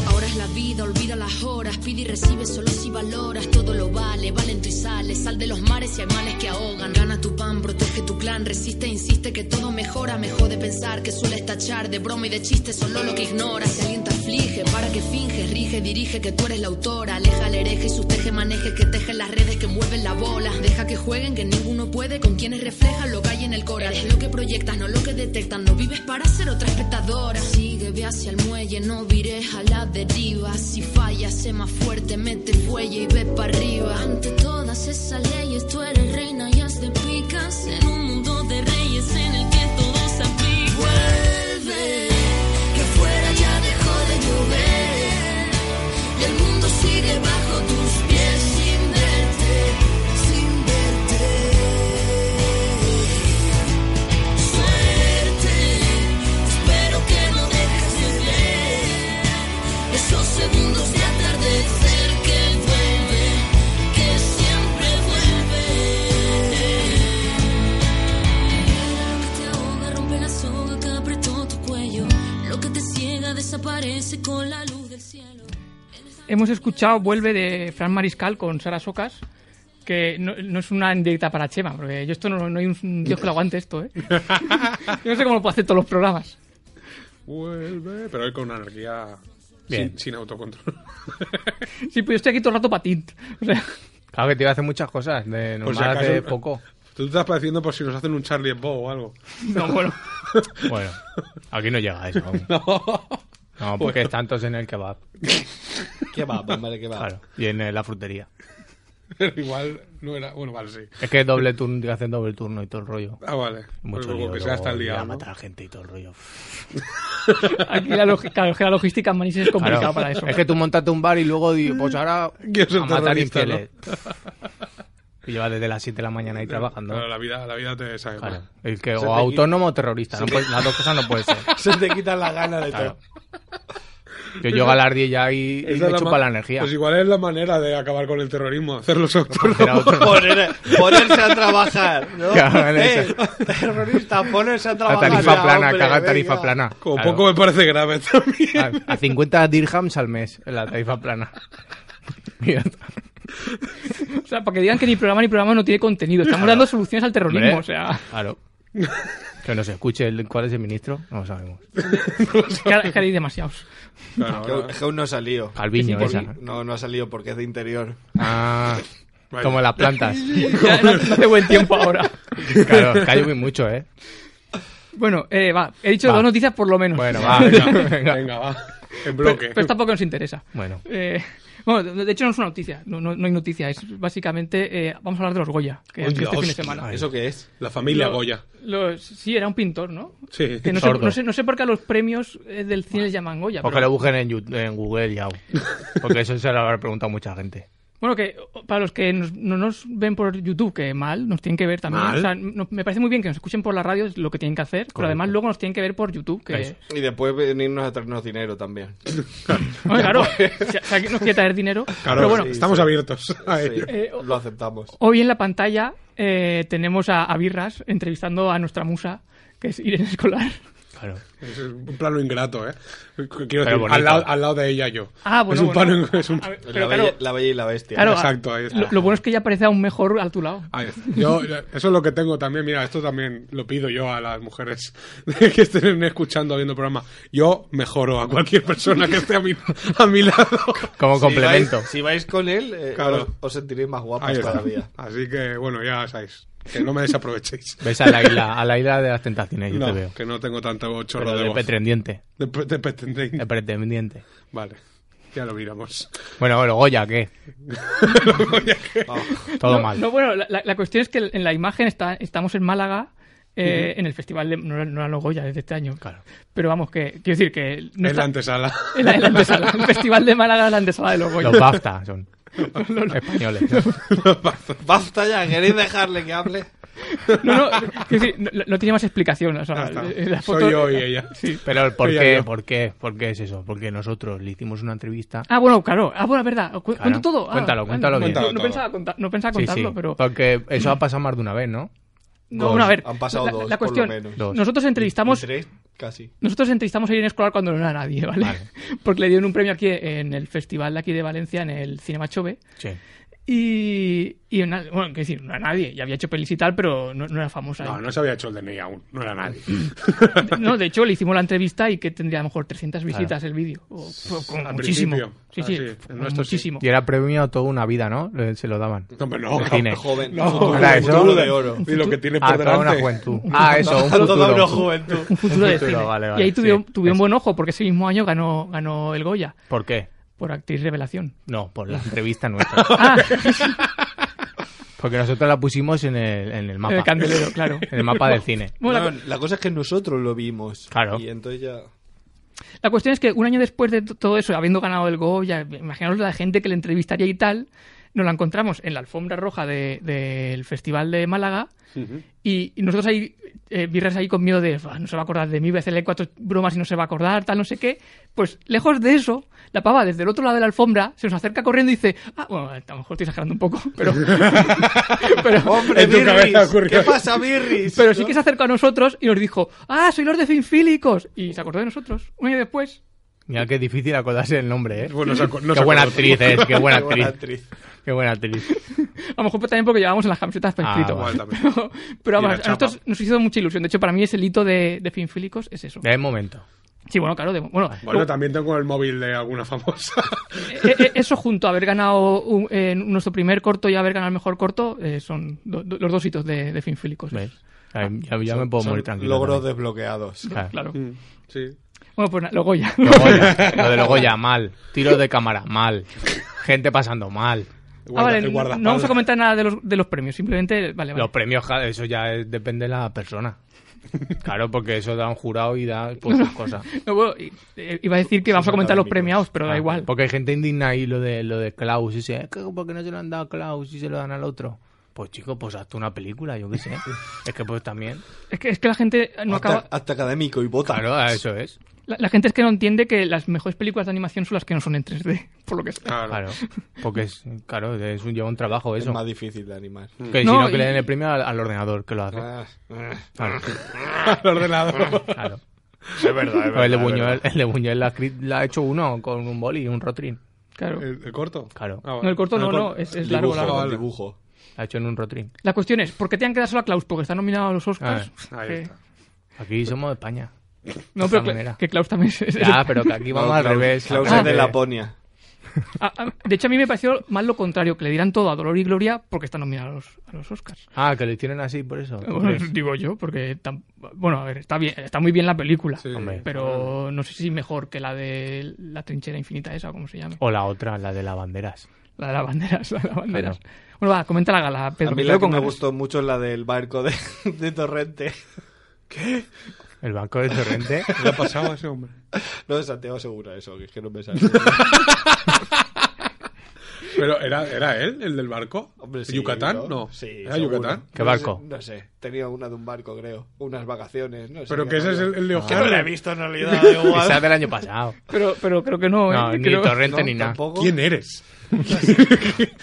S11: Ahora es la vida, olvida las horas, pide y recibe solo si valoras, todo lo vale, va lento y sale, sal de los mares si hay males que ahogan, gana tu pan, protege tu clan, resiste, insiste que todo mejora, mejor de pensar que sueles tachar de broma y de chiste, solo lo que ignoras, si alguien te aflige, para que finges, rige, dirige que tú eres la autora, aleja al hereje y sus teje manejes que tejen las redes que envuelven la bola, deja que jueguen que ninguno puede con quienes reflejan lo que hay en el corazón, es lo que proyectas, no lo que detectan, no vives para ser otra espectadora, sigue, ve hacia el muelle, no vires a la deriva. Si fallas, sé más fuerte, mete fuelle y ve para arriba. Ante todas esas leyes, tú eres reina y has de picas en un mundo de reyes en el que todo se aplica.
S10: Vuelve, que afuera ya dejó de llover y el mundo sigue bajo tus pies sin verte, sin verte. Suerte, espero que no dejes de ver esos segundos de atardecer que vuelve, que siempre vuelve.
S11: que te ahoga, rompe la soga que apretó tu cuello. Lo que te ciega desaparece con la luz del cielo.
S4: Hemos escuchado Vuelve de Fran Mariscal con Sara Socas, que no, no es una indirecta para Chema, porque yo esto no, no hay un dios que lo aguante esto, ¿eh? [laughs] Yo no sé cómo lo puedo hacer todos los programas.
S3: Vuelve, pero él con una energía
S5: Bien.
S3: sin, sin autocontrol. [laughs]
S4: Sí, pero yo estoy aquí todo el rato patint. O sea, [laughs]
S5: Claro que te iba a hacer muchas cosas, de normal
S3: Por si acaso- [laughs]
S5: hace poco.
S3: Tú te estás pareciendo por si nos hacen un Charlie Hebdo o algo. [laughs]
S4: no, bueno.
S5: Bueno, aquí no llega a eso.
S3: [laughs]
S5: aún. No, porque es tantos en el kebab,
S6: ¿Qué va? Pues Vale, ¿qué va?
S5: claro, y en eh, la frutería.
S3: Pero igual no era... Bueno, vale, sí.
S5: Es que doble turno, que hacen doble turno y todo el rollo.
S3: Ah, vale.
S5: Mucho
S3: Porque
S5: lío,
S3: que sea hasta el
S5: luego ir
S3: día.
S5: a matar a gente y todo el rollo.
S4: Aquí la, log- claro, es que la logística en Manises es complicada
S5: Claro,
S4: para eso.
S5: Es que tú montaste un bar y luego, di- pues ahora
S3: Quiero ser
S5: a matar
S3: terrorista, ¿no?
S5: infieles. [laughs] Y llevas desde las 7 de la mañana ahí trabajando.
S3: Claro, la vida, la vida te sabe
S5: Claro.
S3: mal.
S5: El que,
S6: Se
S5: o
S6: te
S5: autónomo o terrorista. no puede- las dos cosas
S3: [laughs]
S5: no pueden ser.
S6: Se te quitan las ganas de
S5: Claro.
S6: todo.
S5: Yo llego a las 10 ya y, y
S3: Esa es
S5: me chupa
S3: ma-
S5: la energía.
S3: Pues igual es la manera de acabar con el terrorismo, hacerlo
S5: Era
S3: autónomos.
S5: otro-
S6: Poner- [laughs] ponerse a trabajar, ¿no?
S5: [laughs] Claro,
S6: Eh,
S5: eso.
S6: terrorista, ponerse a
S5: la
S6: trabajar.
S5: tarifa
S6: ya,
S5: plana,
S6: hombre,
S5: caga tarifa
S6: venga.
S5: plana.
S3: [laughs] Como
S5: Claro.
S3: poco me parece grave también.
S5: A, a 50 dirhams al mes, en la
S4: [laughs]
S5: tarifa plana. Mira,
S4: O sea, para que digan que ni programa ni programa no tiene contenido. Estamos dando soluciones al terrorismo,
S5: hombre,
S4: o sea. [laughs]
S5: Claro. Que nos escuche el, cuál es el ministro, no lo sabemos.
S4: es que- es que hay
S5: [laughs]
S4: demasiados.
S3: Claro,
S6: Que-
S3: ahora-
S6: que aún no ha salido.
S5: Calviño,
S6: Porque-
S5: esa.
S6: No, no ha salido porque es de interior.
S5: Ah,
S3: Vaya.
S5: como las
S3: [laughs]
S5: plantas.
S4: Ya, no, no hace buen tiempo ahora.
S5: Claro, es que ha llovido mucho, ¿eh?
S4: Bueno, eh, va. He dicho
S5: Va.
S4: dos noticias por lo menos.
S5: Bueno,
S3: Ah,
S5: va, [laughs]
S3: venga,
S5: venga.
S3: venga, va. En
S4: pero,
S3: bloque.
S4: pero tampoco nos interesa.
S5: Bueno,
S4: Eh, [laughs] bueno, de de hecho no es una noticia, no, no, no hay noticia, es básicamente, eh, vamos a hablar de los Goya, que
S3: Oh,
S4: es este
S3: Dios.
S4: fin de semana.
S5: Ay.
S6: ¿Eso qué es?
S3: La familia
S4: Lo-
S3: Goya.
S4: Los- sí, era un pintor, ¿no?
S3: Sí.
S4: Que no, sé,
S5: Sordo.
S4: no, sé, no sé por qué a los premios eh, del cine les llaman Goya.
S5: porque
S4: pero-
S5: lo busquen en, Yu- en Google ya. Porque eso se lo habrá preguntado mucha gente.
S4: Bueno, que o, para los que nos- no nos ven por YouTube, que mal, nos tienen que ver también.
S3: Mal.
S4: O sea, no- me parece muy bien que nos escuchen por la radio, es lo que tienen que hacer, pero además luego nos tienen que ver por YouTube, que...
S5: Eso.
S6: Y después venirnos a traernos dinero también.
S4: [laughs]
S3: [laughs]
S4: Hombre, claro, si, si alguien nos quiere traer dinero,
S3: Claro,
S4: pero bueno,
S3: estamos abiertos a
S6: Sí,
S3: ello.
S4: Eh, o-
S6: lo aceptamos.
S4: Hoy en la pantalla eh, tenemos a, a Birras entrevistando a nuestra musa, que es Irene Escolar.
S5: Claro.
S3: Es un plano ingrato, ¿eh? Quiero
S5: Pero
S3: decir,
S5: bonito.
S3: al lado, al lado de ella yo.
S4: Ah, bueno,
S3: Es un
S4: bueno.
S3: plano- es un-
S4: A ver,
S6: la,
S4: pero
S6: bella,
S4: claro-
S6: la bella y la bestia.
S4: Claro,
S3: Exacto, ahí está.
S4: Lo, lo bueno es que ya aparece aún mejor a tu lado.
S3: Ahí está. Yo, yo- eso es lo que tengo también. Mira, esto también lo pido yo a las mujeres [laughs] que estén escuchando, viendo el programa. Yo mejoro a cualquier persona que esté a mi, a mi lado.
S5: Como complemento.
S6: Si vais, si vais con él, eh,
S3: Claro.
S6: os, os sentiréis más
S3: Ahí
S6: guapas
S3: está.
S6: todavía.
S3: Así que, bueno, ya sabéis. Que no me desaprovechéis.
S5: Ves a la isla, a la isla de las tentaciones, yo
S3: No,
S5: te veo.
S3: que no tengo tanto chorro
S5: Pero
S3: de,
S5: de
S3: voz.
S5: pretendiente.
S3: De pre- de pretendiente.
S5: De pretendiente.
S3: Vale, ya lo miramos.
S5: Bueno, bueno, Goya, ¿qué? Todo
S4: No,
S5: mal.
S4: No, bueno, la, la- la cuestión es que en la imagen está, estamos en Málaga. eh, En el festival de. No, era- no era los Goya desde este año.
S5: Claro.
S4: Pero vamos, que. Quiero decir que. No
S3: es la
S4: está- [laughs]
S3: antesala.
S4: en la- en la antesala. El festival de Málaga es la antesala de los Goya.
S5: Los BAFTA son españoles.
S6: Basta ya, ¿queréis dejarle que hable?
S4: No, no, quiero decir, no, no tiene más explicación. o sea,
S3: Ya está.
S4: eh, la
S3: Soy
S4: foto-
S3: yo y ella.
S4: Sí.
S5: Pero el por
S3: Ella
S5: qué,
S3: no.
S5: por qué, por qué es eso. Porque nosotros le hicimos una entrevista.
S4: Ah, bueno, claro. Ah, bueno, verdad. Cu-
S5: Claro.
S4: Cuento todo. Ah,
S5: Cuéntalo,
S4: ah,
S5: cuéntalo
S4: no,
S5: bien.
S4: No, no
S6: Cuéntalo todo.
S4: pensaba, contar- no pensaba
S5: Sí, sí.
S4: contarlo, pero.
S5: Porque eso ha pasado más de una vez, ¿no?
S4: No,
S5: dos.
S4: bueno, a ver.
S6: Han pasado
S4: la,
S6: dos,
S4: la
S6: por lo
S4: cuestión.
S6: menos.
S5: Dos.
S4: Nosotros entrevistamos.
S6: Tres, casi.
S4: Nosotros entrevistamos a Irene Escolar cuando no era nadie, ¿vale? [laughs] Porque le dieron un premio aquí en el festival de aquí de Valencia, en el Cinema Chove.
S5: Sí.
S4: Y, y una- bueno, quiero decir, no era nadie. Ya había hecho pelis y tal, pero no, no era famosa.
S3: No, no se había hecho el DNI aún. No era nadie.
S4: [laughs] No, de hecho, le hicimos la entrevista y que tendría a lo mejor 300 visitas el vídeo. O- o- como
S3: Al
S4: muchísimo.
S3: principio.
S4: Sí,
S3: Ah,
S4: sí,
S3: sí, el
S4: como
S3: nuestro sí.
S4: muchísimo.
S5: Y era premio toda una vida, ¿no? Le- Se lo daban.
S3: No, hombre, no.
S5: El cine.
S6: Joven.
S3: No,
S6: Futuro
S5: Ahora eso.
S6: de oro.
S3: Y lo que tiene por
S5: Ah, toda una
S3: delante.
S5: juventud.
S6: [laughs]
S5: Ah, eso, un
S6: Toda
S5: futuro.
S6: una juventud.
S4: Un futuro de cine.
S5: vale, vale,
S4: y ahí tuvieron
S5: sí.
S4: tuvieron
S5: Es-
S4: buen ojo, porque ese mismo año ganó, ganó el Goya
S5: ¿Por qué?
S4: por actriz revelación.
S5: No,
S4: [laughs]
S5: por la entrevista nuestra.
S4: Ah,
S5: [laughs] Porque nosotros la pusimos en el, en el mapa.
S4: el candelero, claro.
S5: En [laughs] el mapa del cine.
S4: Bueno, la
S6: No, la cosa es que nosotros lo vimos.
S5: Claro.
S6: Y entonces ya.
S4: La cuestión es que un año después de t- todo eso, habiendo ganado el Goya, imaginaos la gente que le entrevistaría y tal, nos la encontramos en la alfombra roja de- del Festival de Málaga y, y nosotros ahí, eh, birras ahí con miedo de, "Buah, no se va a acordar de mí, voy a hacerle cuatro bromas y no se va a acordar, tal, no sé qué. Pues lejos de eso, la pava desde el otro lado de la alfombra se nos acerca corriendo y dice, ah, bueno, a lo mejor estoy exagerando un poco, pero... pero
S6: ¡Hombre,
S3: En tu cabeza
S6: Birris!
S3: ocurrió.
S6: ¿Qué pasa, Birris?
S4: pero sí que se acercó a nosotros y nos dijo, ah, soy los de Finfílicos. Y se acordó de nosotros. Un año después,
S5: Mira qué difícil acordarse el nombre, ¿eh?
S3: Bueno, se acu- no
S5: qué
S3: se
S5: buena
S3: acordó.
S5: actriz eh, es,
S3: [laughs]
S5: qué
S6: [laughs]
S5: buena actriz.
S6: actriz.
S5: Qué buena actriz.
S4: A lo mejor también porque llevábamos en las camisetas para
S5: Ah,
S4: escrito.
S5: vale,
S3: también.
S4: pero, pero
S3: Y la
S4: vamos, a
S3: chapa.
S4: nosotros nos hizo mucha ilusión. De hecho, para mí es el hito de, de Finfílicos, es eso.
S5: De momento.
S4: Sí, bueno, claro. de- bueno,
S3: Bueno,
S4: lo-
S3: también tengo el móvil de alguna famosa. [laughs]
S4: eh, eh, eso junto a haber ganado un- eh, nuestro primer corto y haber ganado el mejor corto eh, son do- do- los dos hitos de, de Finfílicos.
S5: ¿Ves? Ya, ya- ya me puedo
S6: Son
S5: morir tranquilo.
S6: Logros
S5: también.
S6: desbloqueados.
S5: Claro.
S4: Claro.
S3: Sí.
S4: Bueno, pues nada, lo Goya.
S5: Logoya, Ah. lo de Logoya, mal. Tiro de cámara, mal. Gente pasando mal.
S4: [laughs] Ah, vale,
S3: el
S4: no
S3: guardaespaldas.
S4: no vamos a comentar nada de los, de los premios, simplemente, vale, vale.
S5: Los premios, ja, eso ya es- depende de la persona. Claro, porque eso da un jurado y da pues, sus cosas.
S4: [laughs] No, bueno, i- eh, iba a decir que vamos a comentar los premiados, pero da
S5: Ah,
S4: igual.
S5: Porque hay gente indigna ahí lo de, lo de Klaus. Y se, "¿Qué? ¿Por qué no se lo han dado a Klaus y se lo dan al otro? Pues chico, pues hazte una película, yo
S4: [laughs]
S5: qué sé. es que pues también.
S4: Es que, es que la gente no
S6: hasta,
S4: acaba...
S6: hasta académico y vota.
S5: Claro, a eso es.
S4: La, la gente es que no entiende que las mejores películas de animación son las que no son en 3D, [laughs] por lo que sea.
S3: Claro.
S5: Claro. Porque es, claro, es un, lleva un trabajo
S6: Es
S5: eso.
S6: más difícil de animar.
S5: Que
S4: No,
S5: si no, que
S4: y-
S5: le den el premio al, al ordenador que lo hace.
S6: Ah, ah. [laughs]
S5: Claro.
S3: Al ordenador.
S5: claro.
S3: [laughs]
S6: Es verdad, es verdad.
S5: el de
S6: es
S5: Buñuel,
S6: verdad.
S5: el de Buñuel la, ha escrit- la ha hecho uno con un boli y un rotring.
S4: Claro.
S3: ¿El, el corto?
S5: Claro.
S3: Ah, vale.
S4: No, el corto no,
S3: cor-
S4: no, es, es largo,
S6: Dibujo,
S4: largo.
S3: vale.
S6: dibujo.
S5: La ha hecho en un rotring.
S4: La cuestión es, ¿por qué te han quedado solo a Klaus? Porque está nominado a los Oscars.
S3: Ahí
S4: Que-
S3: está.
S4: Pues
S5: Aquí somos
S4: [laughs]
S5: de España.
S4: No,
S5: De
S4: pero
S5: esta
S4: que,
S5: manera.
S4: que Klaus también es... es-
S5: Ah, Ya, pero que aquí vamos
S6: No,
S5: al
S6: Klaus-
S5: revés.
S6: Klaus
S5: Ah,
S6: es de
S5: que-
S6: Laponia.
S4: [laughs] Ah, ah, de hecho, a mí me pareció más lo contrario, que le dieran todo a Dolor y Gloria porque está nominado a los, a los Oscars.
S5: Ah, que lo hicieron así por
S4: [laughs]
S5: eso.
S4: Bueno, digo yo, porque... tam- Bueno, a ver, está, bien, está muy bien la película,
S3: Sí.
S5: Hombre.
S4: pero no sé si mejor que la de la trinchera infinita esa, o como se llame.
S5: O la otra, la de las banderas.
S4: La de las banderas, [laughs] la de las banderas. Bueno, va, comenta la gala, Pedro.
S6: A mí
S4: que
S6: la
S4: te veo
S6: que
S4: con
S6: me
S4: ganas.
S6: gustó mucho es la del barco de, [laughs] de Torrente.
S5: El banco de [laughs] Torrente.
S3: ¿Qué le ha pasado a ese hombre?
S5: [laughs]
S6: No, de Santiago Segura, eso, que es que no me sale.
S3: Pero era, era él, el del barco.
S6: Hombre, sí,
S3: ¿Yucatán? No.
S6: Sí,
S3: ¿Era
S6: seguro.
S3: Yucatán?
S5: ¿Qué barco?
S6: No sé, no sé. tenía una de un barco, creo. Unas vacaciones, no sé.
S3: Pero
S6: qué
S3: que ese es
S6: rollo.
S3: el- el de
S6: Que
S3: Ojeda.
S6: no lo he visto en [laughs] realidad, da igual.
S5: Quizás del año pasado.
S4: Pero, pero creo que no, ¿eh?
S5: No, ni
S4: Creo-
S5: torrente
S6: No,
S5: ni nada.
S6: tampoco.
S3: ¿Quién eres?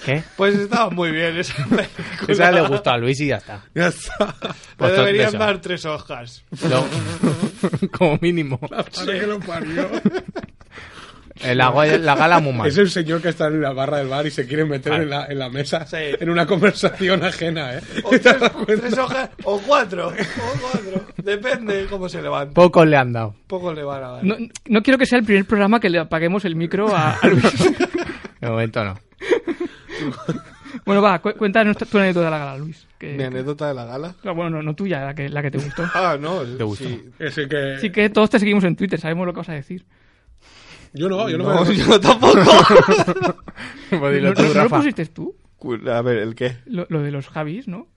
S5: ¿Qué?
S6: Pues estaba muy bien [laughs] esa película.
S5: Esa le gustó a Luis y ya está.
S3: Ya
S6: [laughs]
S3: está.
S5: Pues
S6: Le
S5: to-
S6: deberían
S5: eso.
S6: dar tres hojas.
S5: Lo- [laughs] como mínimo.
S3: Madre que lo parió.
S5: El agua, la gala muy mal.
S3: Es el señor que está en la barra del bar y se quiere meter
S5: Vale.
S3: en, la, en la mesa
S6: Sí.
S3: en una conversación
S6: [laughs]
S3: ajena, ¿eh? [laughs]
S6: O
S3: ¿Te
S6: tres,
S3: das cuenta?
S6: tres hojas o cuatro. O cuatro. Depende cómo se levante.
S5: Pocos le han dado.
S6: Poco le van a dar.
S4: No, no quiero que sea el primer programa que le apaguemos el micro a, a
S6: [laughs]
S4: Luis.
S5: De momento
S3: [laughs]
S5: no.
S4: bueno, va, cu- cuéntanos tu tu anécdota de la gala, Luis. que-
S6: Mi anécdota de la gala.
S4: No, bueno, no, no tuya, la que, la que te gustó.
S6: Ah, no.
S5: Te gustó.
S6: sí.
S3: Ese que...
S4: Así que todos te seguimos en Twitter, sabemos lo que vas a decir.
S3: Yo no, yo no,
S6: [laughs] No,
S3: me...
S6: yo tampoco.
S4: [laughs]
S5: Pues
S4: ¿No,
S5: dilo tú,
S4: no- no lo
S5: Rafa.
S4: pusiste tú?
S6: Cu- A ver, ¿el qué?
S4: Lo, lo de los Javis, ¿no?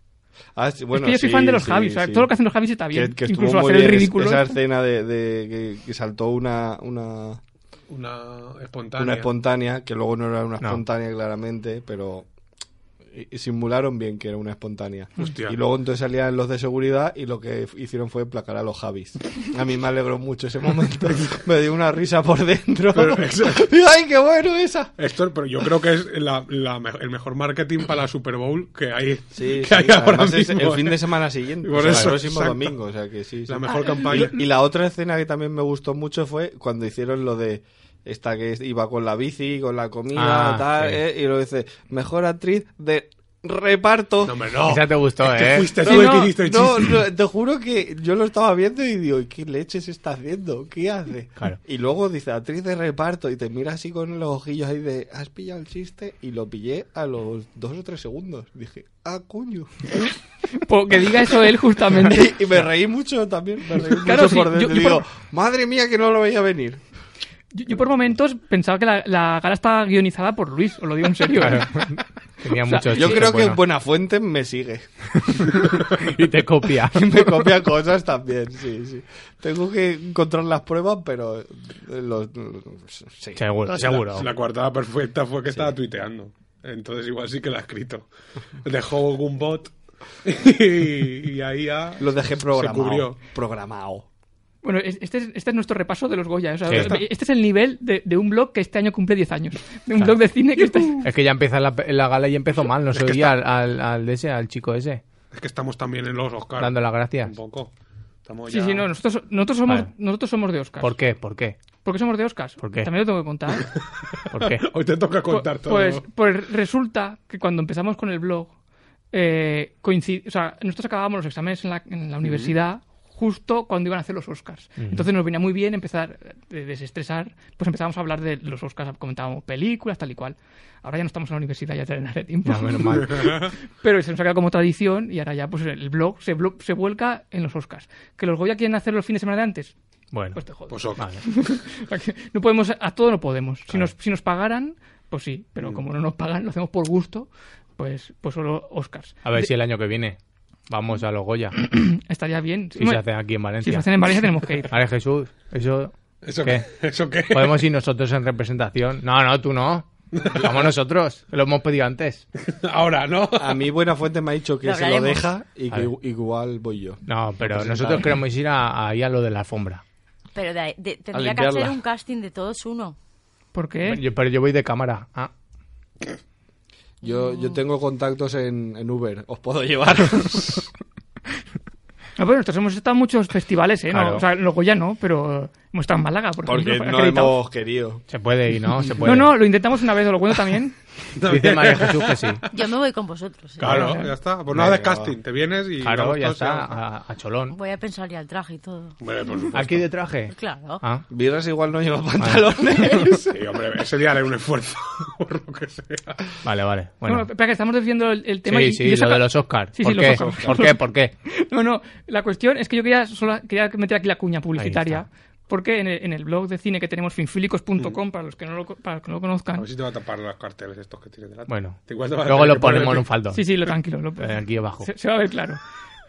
S6: Ah, sí, bueno,
S4: es que yo soy
S6: sí,
S4: fan de los
S6: sí,
S4: Javis, ¿sabes?
S6: sí.
S4: Todo lo que hacen los Javis está bien.
S6: Que, que estuvo
S4: Incluso
S6: muy
S4: hacer el
S6: bien es-
S4: ridículo. [laughs]
S6: esa escena de, de que, que saltó una, una,
S3: Una espontánea.
S6: una espontánea, que luego no era una
S5: No.
S6: espontánea claramente, pero y- y simularon bien que era una espontánea.
S3: Hostia.
S6: Y luego entonces salían los de seguridad y lo que f- hicieron fue placar a los Javis. A mí me alegró mucho ese momento. [laughs] Me dio una risa por dentro.
S3: Pero [laughs] eso-
S6: [laughs] Y, ¡Ay, qué bueno esa!
S3: Esto, pero yo creo que es la- la me- el mejor marketing para la Super Bowl que hay,
S6: Sí,
S3: que
S6: sí,
S3: hay ahora
S6: además es
S3: mismo.
S6: el fin
S3: ¿eh?
S6: de semana siguiente,
S3: Por
S6: o sea,
S3: eso,
S6: el próximo
S3: exacto.
S6: domingo, o sea que sí. sí.
S3: La mejor campaña.
S6: Y, y la otra escena que también me gustó mucho fue cuando hicieron lo de esta que iba con la bici, con la comida,
S5: Ah,
S6: tal,
S5: sí.
S6: eh, y lo dice, mejor actriz de reparto.
S3: No, hombre, no.
S5: Esa te gustó,
S3: Oh, Es que
S5: ¿eh?
S3: fuiste
S6: No,
S3: tú el
S6: no,
S3: que hiciste el
S6: no,
S3: chiste.
S6: no, te juro que yo lo estaba viendo y digo, "¿Y ¿qué leches está haciendo? ¿Qué hace?
S5: Claro.
S6: Y luego dice, actriz de reparto, y te mira así con los ojillos ahí de, ¿has pillado el chiste? Y lo pillé a los dos o tres segundos. Dije, ah, coño.
S4: Por- que diga eso él justamente.
S6: [laughs] Y, y me reí mucho también, me reí
S4: Claro,
S6: mucho
S4: sí,
S6: por
S4: yo-
S6: dentro.
S4: yo
S6: digo,
S4: por-
S6: madre mía que no lo veía venir.
S4: Yo, yo por momentos pensaba que la, la gala estaba guionizada por Luis, os lo digo en serio. ¿eh?
S5: Claro. [laughs] Tenía mucho
S6: Yo
S5: chiste,
S6: creo que
S5: bueno.
S6: Buenafuente me sigue. [laughs]
S5: Y te copia. [laughs]
S6: Y me copia [laughs] cosas también, sí, sí. Tengo que encontrar las pruebas, pero... eh, Los, sí.
S3: [laughs]
S5: [laughs] Seguro,
S3: La,
S5: seguro.
S3: la coartada perfecta fue que estaba tuiteando. Entonces igual sí que la ha
S5: [laughs]
S3: escrito. Dejó un bot y, y ahí ya...
S6: Lo dejé programado.
S3: cubrió.
S6: Programado.
S4: Bueno, es- este es, este es nuestro repaso de los Goya. o sea,
S5: Sí.
S4: Este es el nivel de, de un blog que este año cumple 10 años. De un blog de cine que está...
S5: Es que ya empieza la, la gala y empezó mal. No se oía al, al, al de ese, al chico ese,
S3: Es que estamos también en los Oscars.
S5: dando las gracias.
S3: Un poco. Estamos
S4: Sí,
S3: ya-
S4: sí, no, nosotros, nosotros, somos,
S5: Vale.
S4: nosotros somos de Oscar.
S5: ¿Por qué? ¿Por qué?
S4: ¿Por qué somos de Oscars?
S5: ¿Por qué?
S4: También lo tengo que contar.
S5: [laughs]
S3: [laughs]
S5: ¿Por qué?
S3: Hoy te toca contar
S4: Pu-
S3: todo.
S4: Pues, pues resulta que cuando empezamos con el blog, eh, coincid- o sea, nosotros acabábamos los exámenes en la, en la universidad justo cuando iban a hacer los Oscars. Entonces nos venía muy bien empezar eh, de desestresar, pues empezamos a hablar de los Oscars, comentábamos películas, tal y cual. Ahora ya no estamos en la universidad, ya tenemos tiempo.
S5: No, menos mal.
S3: Pues
S4: Pero se nos ha quedado como tradición y ahora ya pues el blog se, blo- se vuelca en los Oscars. ¿Que los Goya quieren hacer los fines de semana de antes?
S5: Bueno,
S4: Pues te jodes.
S3: Pues ok.
S5: vale.
S4: O sea, que no podemos, a todo no podemos. Si, nos, si nos pagaran, pues sí,
S5: Mm.
S4: pero como no nos pagan, lo hacemos por gusto, pues, pues solo Oscars.
S5: A ver si el año que viene vamos a los
S4: [clears throat]
S5: Goya.
S4: Estaría bien.
S5: Si
S4: Hombre,
S5: se hacen aquí en
S4: si se
S5: Valencia.
S4: hacen en Valencia tenemos
S5: [laughs]
S4: que ir.
S5: Vale, Jesús, eso...
S3: ¿Eso
S5: ¿Qué? Pues,
S3: qué? ¿Eso qué?
S5: ¿Podemos ir nosotros en representación? No, no, tú no. Vamos nosotros. Lo hemos pedido antes.
S3: Ahora, ¿no?
S6: A mí Buenafuente me ha dicho que
S8: Lo
S6: se lo
S8: hablaremos.
S6: deja y
S5: A ver.
S6: que igual voy yo.
S5: No, pero nosotros queremos ir a, ahí a lo de la alfombra.
S8: Pero de ahí- de- tendría que
S5: limpiarla.
S8: hacer un casting de todos uno.
S4: ¿Por qué?
S5: Yo- pero yo voy de cámara. Ah,
S6: Yo, yo tengo contactos en, en Uber, os
S5: [laughs]
S6: puedo llevar.
S4: No, pero nosotros hemos estado en muchos festivales, ¿eh? No,
S5: Claro.
S4: o sea, los Goya no, pero hemos estado en Málaga, por
S6: Porque
S4: ejemplo,
S6: no
S4: acreditados.
S6: hemos querido.
S5: se puede ir, ¿no? Se puede.
S4: No, no, lo intentamos una vez, os lo cuento también.
S5: Dice María Jesús
S4: [laughs]
S5: que sí.
S8: Yo me voy con vosotros. ¿eh?
S3: Claro, ya está. Pues no haces
S6: Venga, va.
S3: casting, te vienes y...
S5: Claro,
S3: vamos
S5: ya
S3: todos
S5: está.
S3: a-
S5: A, a Cholón.
S8: Voy a pensar ya el traje y todo.
S3: Hombre, pues, por supuesto.
S5: ¿Aquí de traje?
S8: Claro.
S5: Ah,
S6: Birras igual no
S5: [laughs]
S6: lleva pantalones.
S3: Sí, hombre, ese día haré un esfuerzo, [laughs] por lo que sea.
S5: vale, vale.
S4: Bueno,
S5: [laughs] Bueno.
S4: espera, que estamos desviando el, el tema.
S5: Sí,
S4: y- y
S5: sí,
S4: yo
S5: lo
S4: saca-
S5: de los Oscars.
S4: Sí, sí,
S5: ¿Por
S4: los
S5: qué?
S4: Oscars.
S5: ¿Por qué? ¿Por qué?
S4: [laughs] No, no, la cuestión es que yo quería, solo, quería meter aquí la cuña publicitaria. Porque en el, en el blog de cine que tenemos, finfilicos.com,
S5: Mm.
S4: para, los que no lo, co- para los que no lo
S3: A
S4: conozcan.
S3: ver si te va a tapar los carteles estos que tienes delante.
S5: Bueno.
S3: Te [laughs] igual te vas a
S5: Luego
S3: tener
S5: lo
S3: que poner
S5: ponemos en un
S3: aquí.
S5: faldón.
S4: Sí, sí, lo tranquilo. Lo,
S5: [laughs] Eh, Aquí abajo.
S4: se, se va a ver claro.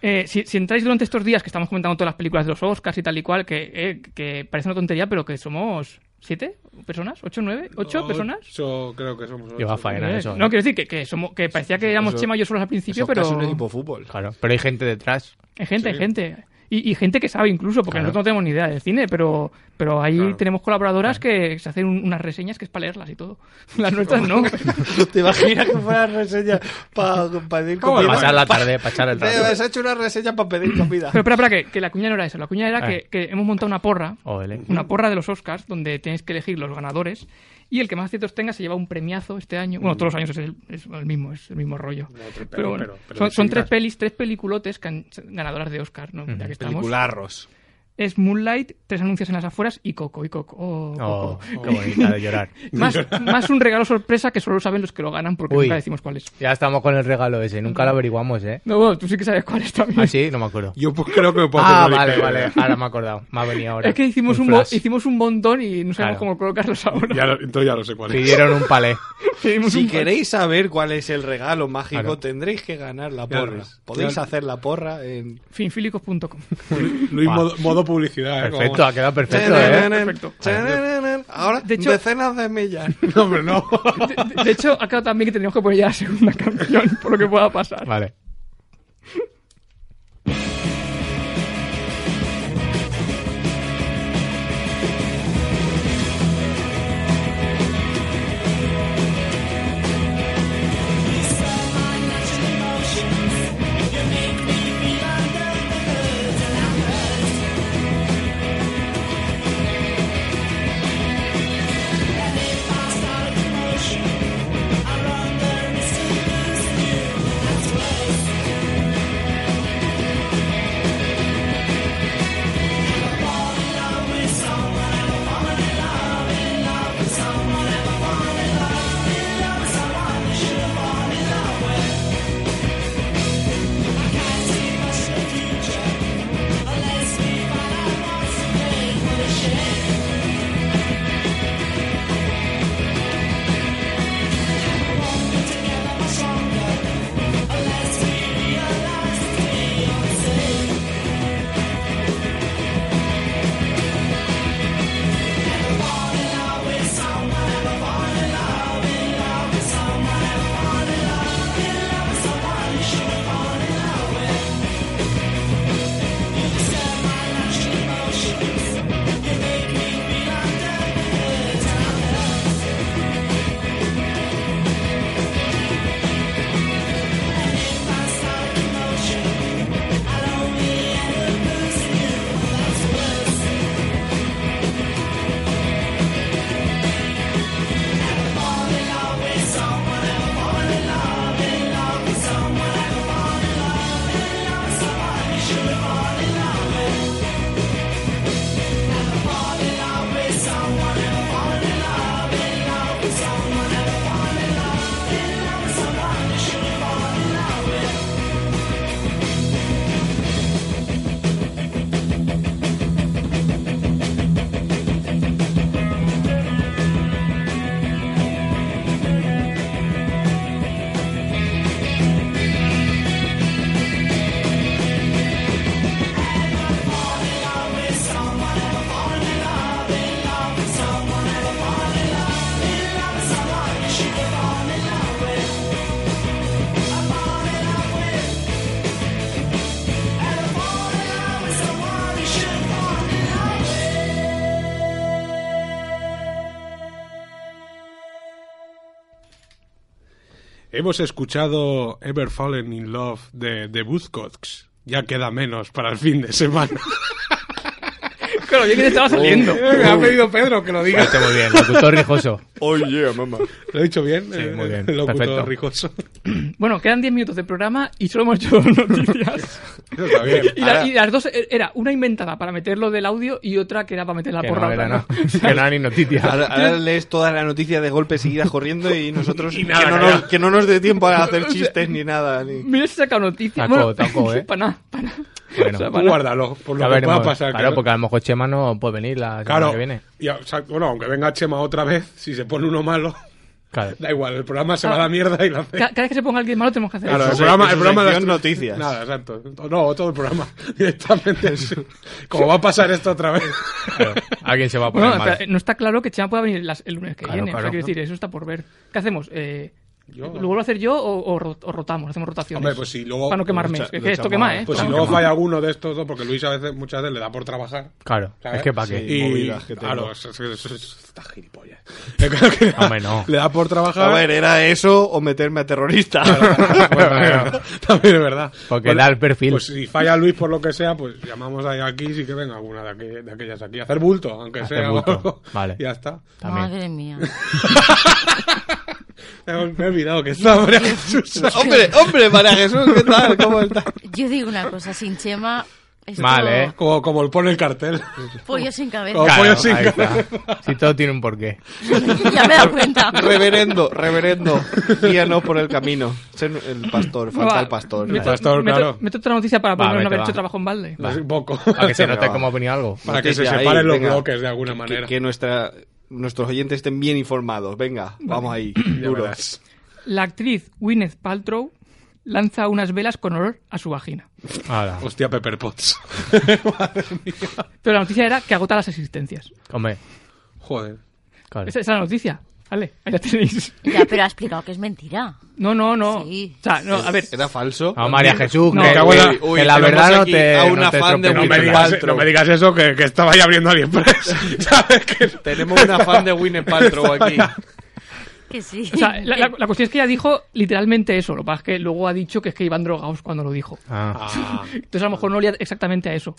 S4: Eh, si, si entráis durante estos días que estamos comentando todas las películas de los Oscars y tal y cual, que, eh, que parece una tontería, pero que somos ¿Siete personas? ¿Ocho, nueve? ¿Ocho personas?
S10: Yo creo que somos.
S5: Lleva
S10: ocho.
S5: faena
S4: Eh,
S5: eso.
S4: No, quiero decir que, que somos, que parecía que éramos
S5: Eso-
S4: Chema y yo solos al principio, pero.
S5: fútbol. Claro, pero hay gente detrás.
S4: Hay gente, hay
S5: Sí.
S4: gente. Y, y gente que sabe incluso, porque
S5: Claro.
S4: nosotros no tenemos ni idea de cine, pero, pero ahí tenemos colaboradoras que se hacen un- unas reseñas que es para leerlas y todo. Las nuestras no.
S6: [laughs] ¿Te imaginas que fuera reseña para pedir
S4: ¿Cómo
S6: comida?
S4: lo
S5: Pasar la tarde, para
S6: [laughs]
S5: echar el
S6: Te
S5: rato.
S6: has hecho una reseña para pedir comida.
S4: Pero espera, espera, que, que la cuña no era eso. La cuña era
S6: Ah.
S4: que, que hemos montado una porra,
S5: Ole.
S4: [laughs] una porra de los Oscars, donde tenéis que elegir los ganadores y el que más aciertos tenga se lleva un premiazo este año. Bueno, todos los años es el, es el mismo, es el mismo rollo.
S10: tres
S4: pero
S10: pelis,
S4: bueno,
S10: pero- pero
S4: son, son
S10: distintas.
S4: tres pelis, tres peliculotes que han- ganadoras de Oscar, ¿no? Ya que estamos.
S10: Pelicularros.
S4: Es Moonlight, tres anuncios en las afueras y Coco, y Coco. Oh,
S5: Oh,
S4: Coco.
S5: qué bonita de llorar. [laughs]
S4: más,
S5: De llorar.
S4: más un regalo sorpresa que solo saben los que lo ganan porque
S5: Uy,
S4: nunca decimos cuál es.
S5: Ya estamos con el regalo ese, nunca lo averiguamos,
S4: [laughs]
S5: ¿eh?
S4: No, bueno, tú sí que sabes cuál es también.
S5: Ah, sí, no me acuerdo.
S10: Yo pues creo que me
S4: puedo
S5: Ah,
S4: hacer una
S5: vale,
S4: idea.
S5: vale,
S10: ¿eh?
S5: ahora me he acordado. Me ha venido ahora.
S4: Es que hicimos un, mo-
S5: flash.
S4: hicimos un montón y no sabemos
S5: Claro.
S4: cómo colocarlos ahora.
S10: Ya lo- entonces ya lo sé cuál es.
S5: Pidieron un palé.
S4: [laughs] Pedimos
S5: [laughs]
S6: Si
S4: un-
S6: queréis saber cuál es el regalo mágico,
S5: Claro.
S6: tendréis que ganar la
S10: Ya lo
S6: porra.
S10: ves.
S6: Podéis
S10: Ya lo-
S6: hacer la porra en.
S4: Finfilicos.com.
S10: Luis,
S5: Va.
S10: modo, modo publicidad, ¿eh?
S5: Perfecto,
S10: Como-
S5: ha quedado perfecto, ¿eh?
S4: Perfecto.
S6: Ahora,
S4: De hecho-
S6: decenas de millas.
S5: [laughs]
S10: No, hombre, no.
S4: De, de hecho, ha quedado también que tenemos que poner ya la segunda [laughs] canción por lo que pueda pasar.
S5: Vale.
S10: Hemos escuchado Ever Fallen in Love de, de Buzzcocks. Ya queda menos para el fin de
S5: [laughs]
S10: semana.
S4: Claro, yo que te
S5: Oh.
S4: estaba saliendo.
S10: Me ha pedido Pedro que lo diga.
S5: Está muy bien, locutor rijoso.
S6: Oye, mamá.
S10: Pues, ¿Lo he dicho bien? Eh,
S5: Sí, muy bien,
S10: El locutor
S5: perfecto. [laughs]
S10: rijoso.
S4: Bueno, quedan 10 minutos de programa y solo hemos hecho dos noticias.
S10: Eso está bien.
S4: Y, la- y las dos er- era una inventada para meterlo del audio y otra que era para meter la
S5: Que
S4: porra.
S5: no, era,
S4: otra,
S5: no.
S4: [laughs]
S5: [laughs] Que no era ni noticia.
S6: Ahora, ahora lees toda la noticia de golpe seguida corriendo y nosotros.
S10: Y nada,
S6: que, no
S10: calla.
S6: nos, que no nos dé tiempo a hacer chistes ni nada. ni-
S4: Mira si saca noticias.
S5: Taco,
S4: bueno, [laughs]
S5: taco, ¿eh?
S4: Para nada, para nada.
S5: Bueno,
S4: sea,
S10: Tú guárdalo, por lo
S5: ya
S10: que
S5: veremos.
S10: pueda pasar.
S5: Claro,
S10: que-
S5: porque a lo mejor Chema no puede venir la semana
S10: Claro,
S5: que viene.
S10: y, o sea, bueno, aunque venga Chema otra vez, si se pone uno malo, [laughs]
S3: Da igual, el programa
S5: Ah.
S3: se va a la mierda y lo hace.
S4: Ca- [laughs] Cada vez que se ponga alguien malo tenemos que hacer
S3: Claro,
S4: eso.
S3: el programa, el programa
S6: sección
S3: la-
S6: noticias.
S3: Nada, exacto. No, todo el programa. [laughs] Directamente. Como va a pasar esto otra vez.
S5: Alguien se va a poner
S4: Bueno,
S5: mal.
S4: espera, no está claro que Chema pueda venir las- el lunes que
S5: Claro,
S4: viene. O sea,
S5: claro.
S4: quiero decir, eso está por ver. ¿Qué hacemos? Eh,
S3: Yo.
S4: ¿Lo vuelvo a hacer yo o, o ro- o rotamos? Hacemos rotaciones.
S3: Hombre, pues si luego.
S4: Para no quemarme.
S6: lo
S4: Es que
S6: echa- lo
S4: esto
S6: echamos
S4: quema,
S6: a-
S4: ¿eh?
S3: Pues si
S4: Esto
S3: luego
S4: quema.
S3: falla alguno de estos dos, porque Luis a veces, muchas veces le da por trabajar.
S5: Claro,
S3: ¿sabes?
S5: es que para qué.
S6: Sí. movidas que tengo.
S3: claro, es- es- es- es- está [laughs] gilipollas. Le- le da-
S5: Hombre, no.
S3: Le da por trabajar.
S6: A ver, ¿era eso o meterme a
S3: [laughs]
S6: terrorista? [laughs]
S3: Bueno, [laughs] también es verdad.
S5: Porque da el perfil.
S3: Pues si falla Luis por lo que sea, pues llamamos ahí aquí, sí que venga alguna de, aqu- de aquellas aquí. Hacer bulto, aunque
S5: Hacer
S3: sea. o
S5: bulto.
S3: [laughs] algo.
S5: Vale.
S3: Ya está.
S5: También.
S8: Madre mía.
S3: Me he olvidado que está María
S5: [laughs]
S3: Jesús.
S6: hombre, hombre, María Jesús, ¿qué tal? ¿Cómo estás?
S8: Yo digo una cosa, sin Chema. esto-
S5: Mal, ¿eh?
S3: Como, como el pone el cartel.
S8: Pollo sin cabeza.
S3: Como pollo sin [laughs]
S5: ahí
S3: cabeza.
S5: está. Si todo tiene un porqué.
S8: ya
S12: [laughs]
S8: me he dado cuenta.
S6: Reverendo, reverendo, guíanos por el camino. Ser el pastor, falta
S4: Va,
S6: el pastor.
S4: meto-
S3: pastor,
S4: meto-
S3: claro.
S4: meto otra noticia para
S5: Va,
S4: poner no
S5: mete,
S4: haber
S5: va.
S4: hecho trabajo en balde.
S3: Así Pues Un poco. [laughs]
S5: Para que se
S6: Venga,
S5: note
S6: va.
S5: cómo ha venido algo.
S3: Para que se
S6: Noticia ahí,
S3: separen los
S6: venga.
S3: bloques de alguna
S6: Que-
S3: manera.
S6: Que, nuestra, nuestros oyentes estén bien informados. Venga, vamos ahí,
S3: Ya
S6: duros.
S3: verás.
S4: La actriz Gwyneth Paltrow lanza unas velas con olor a su vagina.
S5: Ahora,
S3: Hostia, Pepper Potts. [laughs]
S4: Pero la noticia era que agota las existencias.
S5: homome,
S3: Joder.
S5: claro.
S4: Esa, esa es la noticia. Vale, ahí la tenéis.
S8: Ya, pero ha explicado que es mentira.
S4: No, no, no.
S8: Sí.
S4: O sea, no, a ver.
S6: Era falso.
S3: Ah,
S5: A María Jesús,
S4: No,
S5: que,
S4: que
S3: abuela-
S5: que
S6: uy,
S5: la
S6: tenemos
S5: verdad no
S6: aquí
S5: te
S6: a un
S5: no te
S6: afán de
S5: estropee
S3: No
S5: el
S3: me,
S6: Winnie
S5: titular.
S3: digas, e-
S6: Paltrow.
S3: no me digas eso, que, que estaba ya abriendo AliExpress. [laughs] ¿Sabes? Que no.
S6: Tenemos un afán
S3: [laughs]
S6: de Winnie Paltrow aquí.
S8: Que sí. [laughs]
S4: O sea, la, la- la cuestión es que ella dijo literalmente eso. Lo que pasa es que luego ha dicho que es que iban drogados cuando lo dijo.
S5: Ah.
S4: Entonces a lo mejor no olía exactamente a eso.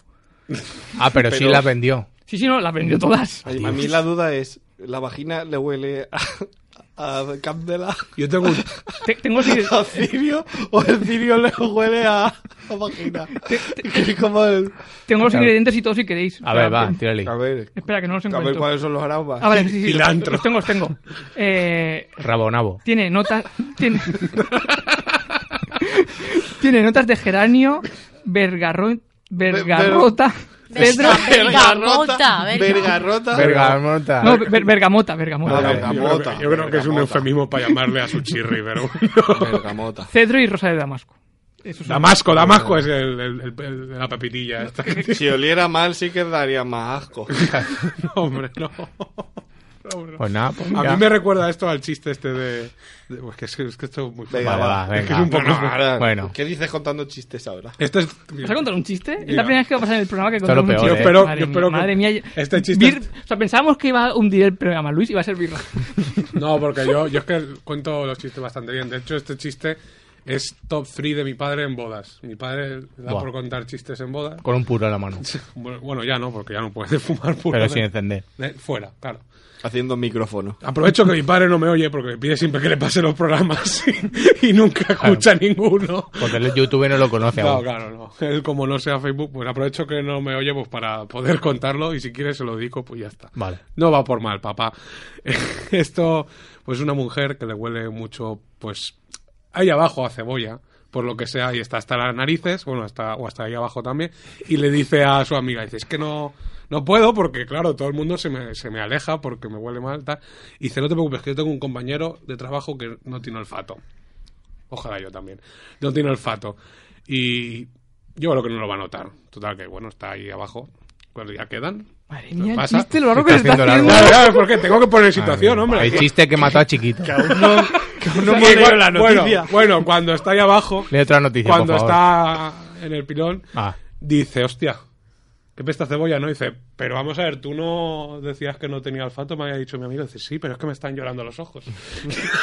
S5: Ah, pero sí
S6: Pero-
S5: la vendió.
S4: Sí, sí, no, las
S5: Mm.
S4: vendió todas.
S6: A a mí la duda es, ¿la vagina le huele a, a candela?
S3: [laughs] Yo tengo un,
S4: Te- tengo sí-
S5: [laughs]
S6: ¿A cirio? ¿O el cirio le huele a, a vagina? [laughs] Es como el...
S4: tengo los ingredientes y todo si queréis.
S5: A ver,
S4: Espera,
S5: va,
S4: que-
S5: tírale.
S6: A ver,
S4: Espera, que no los
S6: a ver
S4: encuentro.
S6: cuáles son los aromas.
S4: Ah, vale, sí, sí, sí,
S3: Cilantro.
S4: Los tengo, los tengo. Eh,
S5: Rabonabo.
S4: tiene notas... Tiene, [laughs] tiene notas de geranio, vergarro, vergarrota... Pedro...
S8: Bergamota, bergamota.
S6: Vergarrota.
S5: Verga, morta.
S4: No, ver- vergamota, vergamota.
S6: Ah, Vale.
S3: yo, creo que- yo creo que es un
S6: Bergamota.
S3: eufemismo para llamarle a su chirri, [laughs] pero.
S6: Bergamota.
S4: Cedro y rosa de Damasco. Eso es
S6: Ah,
S4: un-
S3: Damasco, Damasco es el, el- el- el- la pepitilla esta. [laughs]
S6: Si oliera mal sí que daría más asco.
S3: No, hombre, no.
S5: Pues nada, pues
S3: A
S5: mira.
S3: mí me recuerda esto al chiste este de. de- pues que es, es que esto es muy.
S6: Venga,
S5: Vale,
S6: va.
S5: va, venga.
S3: Es que es un poco.
S6: No, no, ahora,
S5: Bueno.
S6: ¿Qué dices contando chistes ahora?
S3: Esto Este es.
S4: ¿Vas a contar un chiste? Es
S3: Diga.
S4: la primera vez que va a pasar en el programa que
S5: Esto es lo
S4: contamos un
S5: peor,
S4: chiste.
S5: Yo
S3: espero- yo
S4: madre
S3: espero que
S4: mía, madre mía.
S3: este chiste-
S4: Vir- O sea, pensábamos que iba a hundir el programa, Luis, y va a ser birra.
S3: No, porque yo, yo es que cuento los chistes bastante bien. De hecho, este chiste es top 3 de mi padre en bodas. Mi padre le da
S5: Buah.
S3: por contar chistes en bodas.
S5: Con un puro en la mano.
S3: Bueno, bueno, ya no, porque ya no puedes [laughs] fumar puro.
S5: Pero
S3: de-
S5: sin encender.
S3: de- fuera, claro.
S6: Haciendo micrófono.
S3: Aprovecho que mi padre no me oye porque me pide siempre que le pase los programas [laughs] y, y nunca escucha ninguno.
S5: Porque el YouTube no lo conoce
S3: Claro,
S5: aún.
S3: claro, no. Él, como no sea Facebook, pues aprovecho que no me oye pues para poder contarlo y si quieres se lo digo, pues ya está.
S5: Vale.
S3: No va por mal, papá. [laughs] Esto, pues una mujer que le huele mucho, pues ahí abajo a cebolla, por lo que sea, y está hasta las narices, bueno, hasta, o hasta ahí abajo también, y le dice a su amiga, dice, es que no, no puedo porque, claro, todo el mundo se me, se me aleja porque me huele mal, tal. Y dice, no te preocupes, que yo tengo un compañero de trabajo que no tiene olfato. Ojalá yo también. No tiene olfato. Y yo creo que no lo va a notar. Total, que bueno, está ahí abajo. Cuando ya quedan,
S4: [laughs] Madre mía, el
S3: pasa?
S4: chiste, lo largo que
S5: Está
S4: se está
S5: haciendo
S4: haciendo.
S3: Claro, claro, porque tengo que poner en situación, hombre.
S5: Ah, El chiste que mató a Chiquito.
S3: Y
S6: hemos
S3: igual-
S6: leído la
S3: bueno,
S6: noticia.
S3: bueno, cuando está ahí abajo,
S5: Lee otra noticia,
S3: cuando
S5: por favor.
S3: está en el pilón,
S5: Ah.
S3: dice, hostia, qué pesta cebolla, ¿no? Dice, pero vamos a ver, tú no decías que no tenía olfato, me había dicho mi amigo. Dice, sí, pero es que me están llorando los
S5: [laughs]
S3: ojos. [laughs]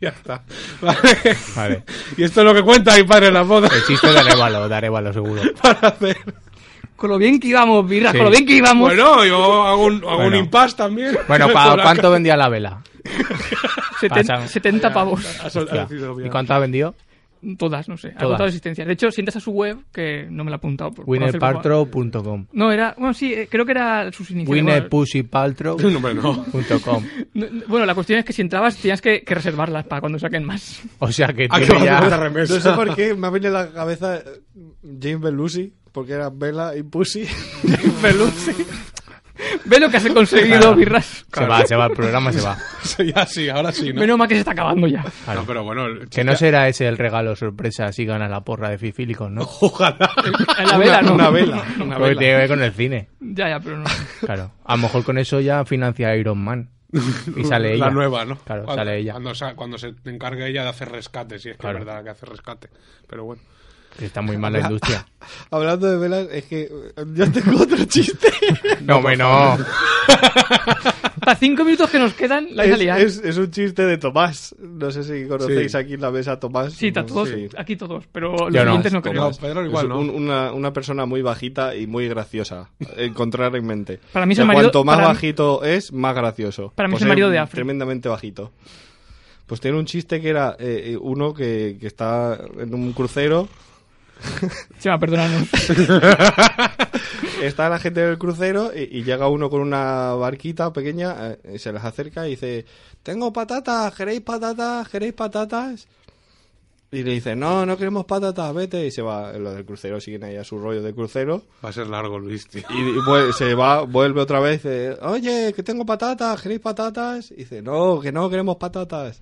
S3: ya está. Vale.
S5: Vale.
S3: [laughs] Y esto es lo que cuenta mi padre en las bodas
S5: El chiste de Arevalo, de Arevalo, seguro.
S3: [laughs] para hacer.
S4: Con lo bien que íbamos, birra,
S5: Sí.
S4: con lo bien que íbamos.
S3: Bueno, yo hago un, hago un
S5: Bueno.
S3: impasse también. [laughs]
S5: Bueno,
S3: Por
S5: ¿pa,
S3: la
S5: ¿cuánto vendía la vela?
S4: seten-
S5: pasa.
S4: 70 pavos.
S3: ca- ha sol- ha
S5: Hostia.
S3: decidido
S5: ¿Y
S3: bien.
S5: cuánto ha vendido?
S4: Todas, no sé.
S5: Todas.
S4: Agotado existencia. De hecho, si entras a su web, que no me la he apuntado. por conocer poco-
S5: Winnerpaltrow.com
S4: No, era. Bueno, sí, eh, creo que era sus iniciales. Bueno,
S5: Winnerpussypaltrow.com
S3: [laughs] No, hombre, no.
S4: no, no, Bueno, la cuestión es que si entrabas tenías que, que reservarlas para cuando saquen más. [laughs]
S5: O sea que
S3: [laughs] Ah, que
S5: tiene
S3: vamos a
S5: ya...
S3: hacer remesa.
S6: No sé por qué me ha venido a la cabeza eh, James Belushi, porque era Bella y Pussy. James Belushi.
S4: Ve lo que has conseguido,
S5: Claro.
S4: Birras.
S5: Se va, se va, el
S3: [laughs]
S5: programa se va.
S3: ya sí, ahora sí, ¿no?
S4: Menos mal que se está acabando ya.
S5: Claro.
S3: No, pero bueno, el-
S5: Que no será ese el regalo sorpresa si gana la porra de Fifílicos, ¿no?
S3: [laughs] Ojalá.
S5: [laughs]
S4: En la vela, ¿no?
S6: Una vela.
S4: [laughs] una
S5: Porque
S4: vela.
S5: tiene que ver con el cine.
S4: Ya, ya, pero no.
S5: Claro. A lo mejor con eso ya financia
S3: [laughs]
S5: Iron Man. Y sale ella.
S3: La nueva, ¿no?
S5: Claro,
S3: Cuando-
S5: sale ella.
S3: Cuando, sa- cuando se encargue ella de hacer rescate, si es que
S5: Claro.
S3: es verdad que hace rescate. Pero bueno.
S5: Que Está muy mal la industria.
S6: [laughs]
S3: [laughs]
S6: Hablando de velas, es que eh, yo tengo otro chiste.
S5: No, bueno.
S4: Para cinco minutos que nos quedan, la
S6: es,
S4: salida.
S6: es- es un chiste de Tomás. No sé si conocéis
S3: Sí.
S6: aquí en la mesa a Tomás.
S4: Sí, ta-
S6: No
S4: todos,
S6: sé.
S4: aquí todos, pero
S5: Yo
S4: los
S5: no.
S4: siguientes no, creo.
S3: No, Pedro
S6: Es
S3: igual no.
S6: un- una, una persona muy bajita y muy graciosa. Encontrar en mente.
S4: Para mí es
S6: Que
S4: el marido-
S6: Cuanto más
S4: para mí-
S6: bajito es, más gracioso.
S4: Para mí
S6: Pues
S4: es el marido de Afri.
S6: Tremendamente bajito. Pues tiene un chiste que era eh, eh, uno que, que está en un crucero.
S4: Chema, perdónanos.
S6: [laughs] Está la gente del crucero y, y llega uno con una barquita pequeña, eh, y se les acerca y dice, tengo patatas, ¿queréis patatas? ¿Queréis patatas? Y le dice, no, no queremos patatas, vete. Y se va, los del crucero siguen ahí a su rollo de crucero.
S3: Va a ser largo, Luis, tío.
S6: Y vu- se va, vuelve otra vez. eh, Oye, que tengo patatas, ¿queréis patatas? Y dice, no, que no queremos patatas.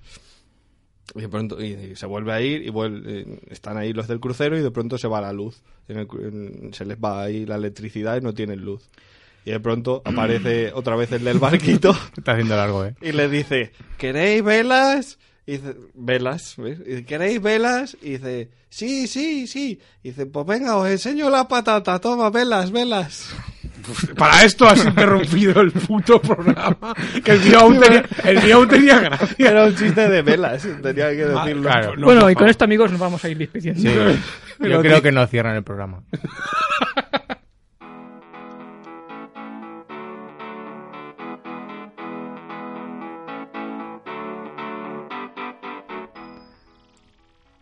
S6: Y de pronto y, y se vuelve a ir y vuel- eh, están ahí los del crucero y de pronto se va la luz. En el cru- en- se les va ahí la electricidad y no tienen luz. Y de pronto aparece otra vez el del barquito
S5: Está haciendo largo, ¿eh?
S6: y le dice, ¿queréis velas? Y dice, velas, ¿ves? Y dice, ¿queréis velas? Y dice, sí, sí, sí. Y dice, pues venga, os enseño la patata, toma, velas, velas.
S3: Para esto has interrumpido el puto programa. Que el mío aún tenía, el mío aún tenía gracia.
S6: Era un chiste de velas, tenía que
S3: Ah,
S6: decirlo.
S5: Claro.
S3: No,
S4: bueno,
S3: por
S4: y con
S3: favor.
S4: esto, amigos, nos vamos a ir despidiendo. [laughs]
S5: Sí. Yo creo que no cierran el programa.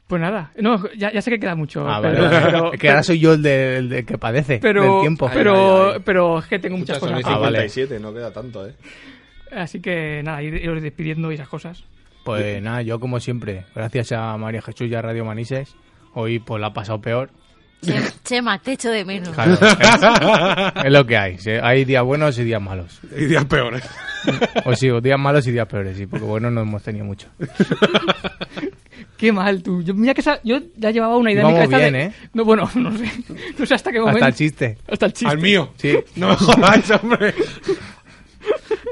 S4: Pues nada, no, ya, ya sé que queda mucho.
S5: Ah,
S4: pero,
S5: vale, vale.
S4: pero-
S5: Es que ahora soy yo el, de- el de que padece
S4: pero,
S5: del tiempo.
S4: pero,
S6: Ay, ay, ay.
S4: pero es que tengo muchas
S6: Escucha,
S4: cosas.
S6: son
S5: Ah, vale.
S6: 57, no queda tanto, ¿eh?
S4: Así que nada, ir, iros despidiendo y esas cosas.
S5: Pues nada, yo como siempre, gracias a María Jesús y a Radio Manises, hoy pues la ha pasado peor.
S8: Che- Chema, te echo de menos.
S5: Claro, es, es lo que hay. Se- Hay días buenos y días malos.
S3: Y días peores.
S5: O sí, o días malos y días peores, sí, porque bueno, no hemos tenido mucho.
S4: Qué mal tú. Yo, mira que esa- yo ya llevaba una idea en mi
S5: Vamos
S4: cabeza.
S5: bien,
S4: de- No, bueno, [laughs] no sé. No sé hasta qué momento.
S5: Hasta el chiste.
S4: Hasta el chiste.
S3: Al mío.
S5: Sí,
S3: No me jodáis, hombre.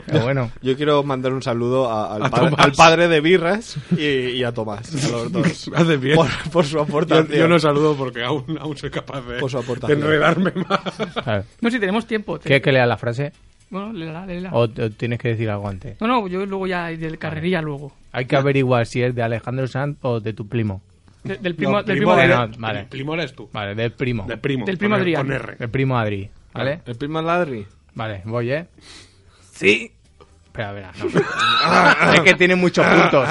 S5: pero bueno.
S6: Yo quiero mandar un saludo a- al,
S3: A
S6: padre,
S3: Tomás.
S6: al padre de Birras y, y a Tomás, a los dos.
S3: Haces bien.
S6: Por, por su
S3: Yo,
S6: aportación.
S3: yo no saludo porque aún, aún soy capaz de,
S6: Por su
S3: de
S6: aportación.
S3: enredarme más.
S5: Claro.
S4: No, si tenemos tiempo. te-
S5: ¿Quieres que lea la frase?
S4: Bueno, léela, léela.
S5: ¿O, o tienes que decir algo antes?
S4: No, no, yo luego ya del carrerilla luego.
S5: Hay que averiguar si es de Alejandro Sanz o de tu primo.
S4: De- del primo,
S3: No,
S4: del primo,
S5: de-
S4: de-
S5: no, vale.
S3: El primo eres tú.
S5: Vale, del primo.
S3: De primo.
S4: Del primo
S3: con-
S4: Adrián.
S3: Con R.
S5: Del primo Adri, ¿vale?
S6: El primo Ladri.
S5: Vale, voy, ¿eh? Sí. Espera, verá, no. [laughs] es que tiene
S4: [laughs]
S5: muchos puntos.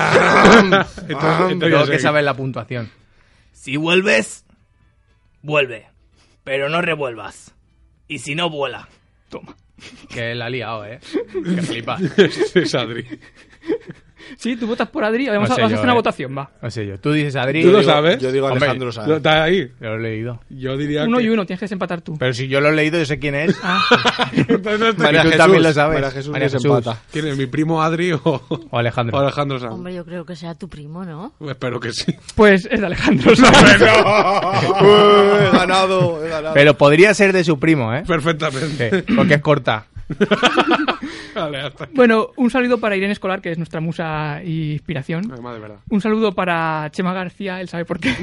S3: Entonces, entonces
S5: Tengo
S3: ya
S5: Ah,
S3: sé
S5: que saber la puntuación.
S12: Si vuelves, vuelve. Pero no revuelvas. Y si no, vuela.
S5: Que la ha liado, ¿eh?
S4: [laughs]
S5: Que flipas.
S3: que Es Adri.
S4: Sí, tú votas por Adri. Vamos,
S5: No
S4: a,
S5: sé
S4: vamos a
S5: yo,
S4: hacer una
S5: eh.
S4: votación, va.
S5: No sé yo. Tú dices Adri.
S3: ¿Tú
S5: yo
S3: lo
S5: digo-
S3: sabes?
S6: Yo digo
S5: Hombre,
S6: Alejandro
S3: ¿Lo-
S6: [laughs] Sanz.
S3: ¿Estás ahí?
S5: Yo lo he leído.
S3: Yo diría
S4: Uno
S3: que...
S4: y uno, tienes que desempatar tú.
S5: Pero si yo lo he leído, yo sé quién es.
S4: Ah.
S3: Entonces [laughs] no estoy-
S5: [laughs] María
S6: Jesús,
S5: tú también lo sabes.
S6: María Jesús
S5: María
S6: nos
S5: Jesús.
S6: empata.
S3: ¿Quién es? ¿Mi primo Adri o,
S5: O Alejandro.
S3: o Alejandro Sanz?
S8: Hombre, yo creo que sea tu primo, ¿no?
S3: Espero que sí.
S4: Pues es de Alejandro.
S6: ¡Eh, he ganado, he ganado.
S5: Pero podría ser de su primo, [laughs] ¿eh?
S3: [laughs]
S5: Sí,
S3: Perfectamente.
S5: porque es corta.
S3: [laughs] Vale, hasta aquí.
S4: bueno, un saludo para Irene Escolar, que es nuestra musa e inspiración.
S3: Además, de verdad.
S4: Un saludo para Chema García, él sabe por qué.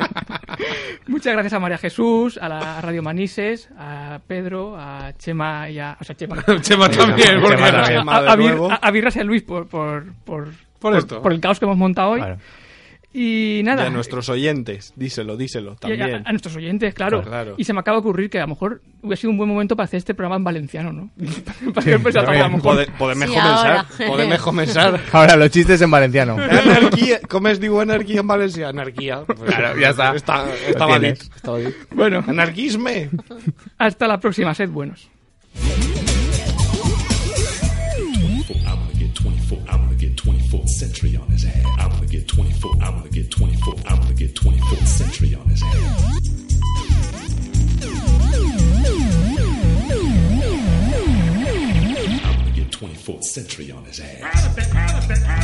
S4: [laughs] Muchas gracias a María Jesús, a la Radio Manises, a Pedro, a Chema y a. O sea, Chema.
S3: [laughs] Chema también, porque
S5: Chema
S3: no?
S5: también.
S4: A, a
S6: de
S4: Bir-
S6: nuevo.
S4: a- a Birras y a Luis por, por, por,
S3: Por esto.
S4: el caos que hemos montado hoy.
S5: Claro.
S4: Y
S6: Y
S4: nada.
S6: a nuestros oyentes, díselo, díselo,
S4: y a-
S6: también.
S4: a nuestros oyentes, claro.
S6: Claro.
S4: Y se me acaba de ocurrir que a lo mejor hubiera sido un buen momento para hacer este programa en valenciano, ¿no? [laughs] para hacer pues, a lo
S5: también.
S4: mejor-
S6: Pode- Podemos
S8: Sí,
S6: comenzar,
S8: ahora. [laughs]
S6: podemos comenzar.
S5: Ahora, los chistes
S4: [laughs]
S5: en valenciano.
S6: Anarquía, ¿cómo es digo anarquía en Valencia? Anarquía. Pues,
S5: Claro, ya está.
S6: Está,
S5: Lo
S6: estaba
S5: tienes.
S6: dit, estaba dit.
S4: Bueno,
S6: Anarquisme.
S4: hasta la próxima, sed buenos.
S12: I wanna get 24. I wanna get 24. Century on his head. I wanna get 24. I wanna get 24. I wanna get 24. Century on his head.
S13: 24th century on his ass.
S12: Out of it, out of it, out of it.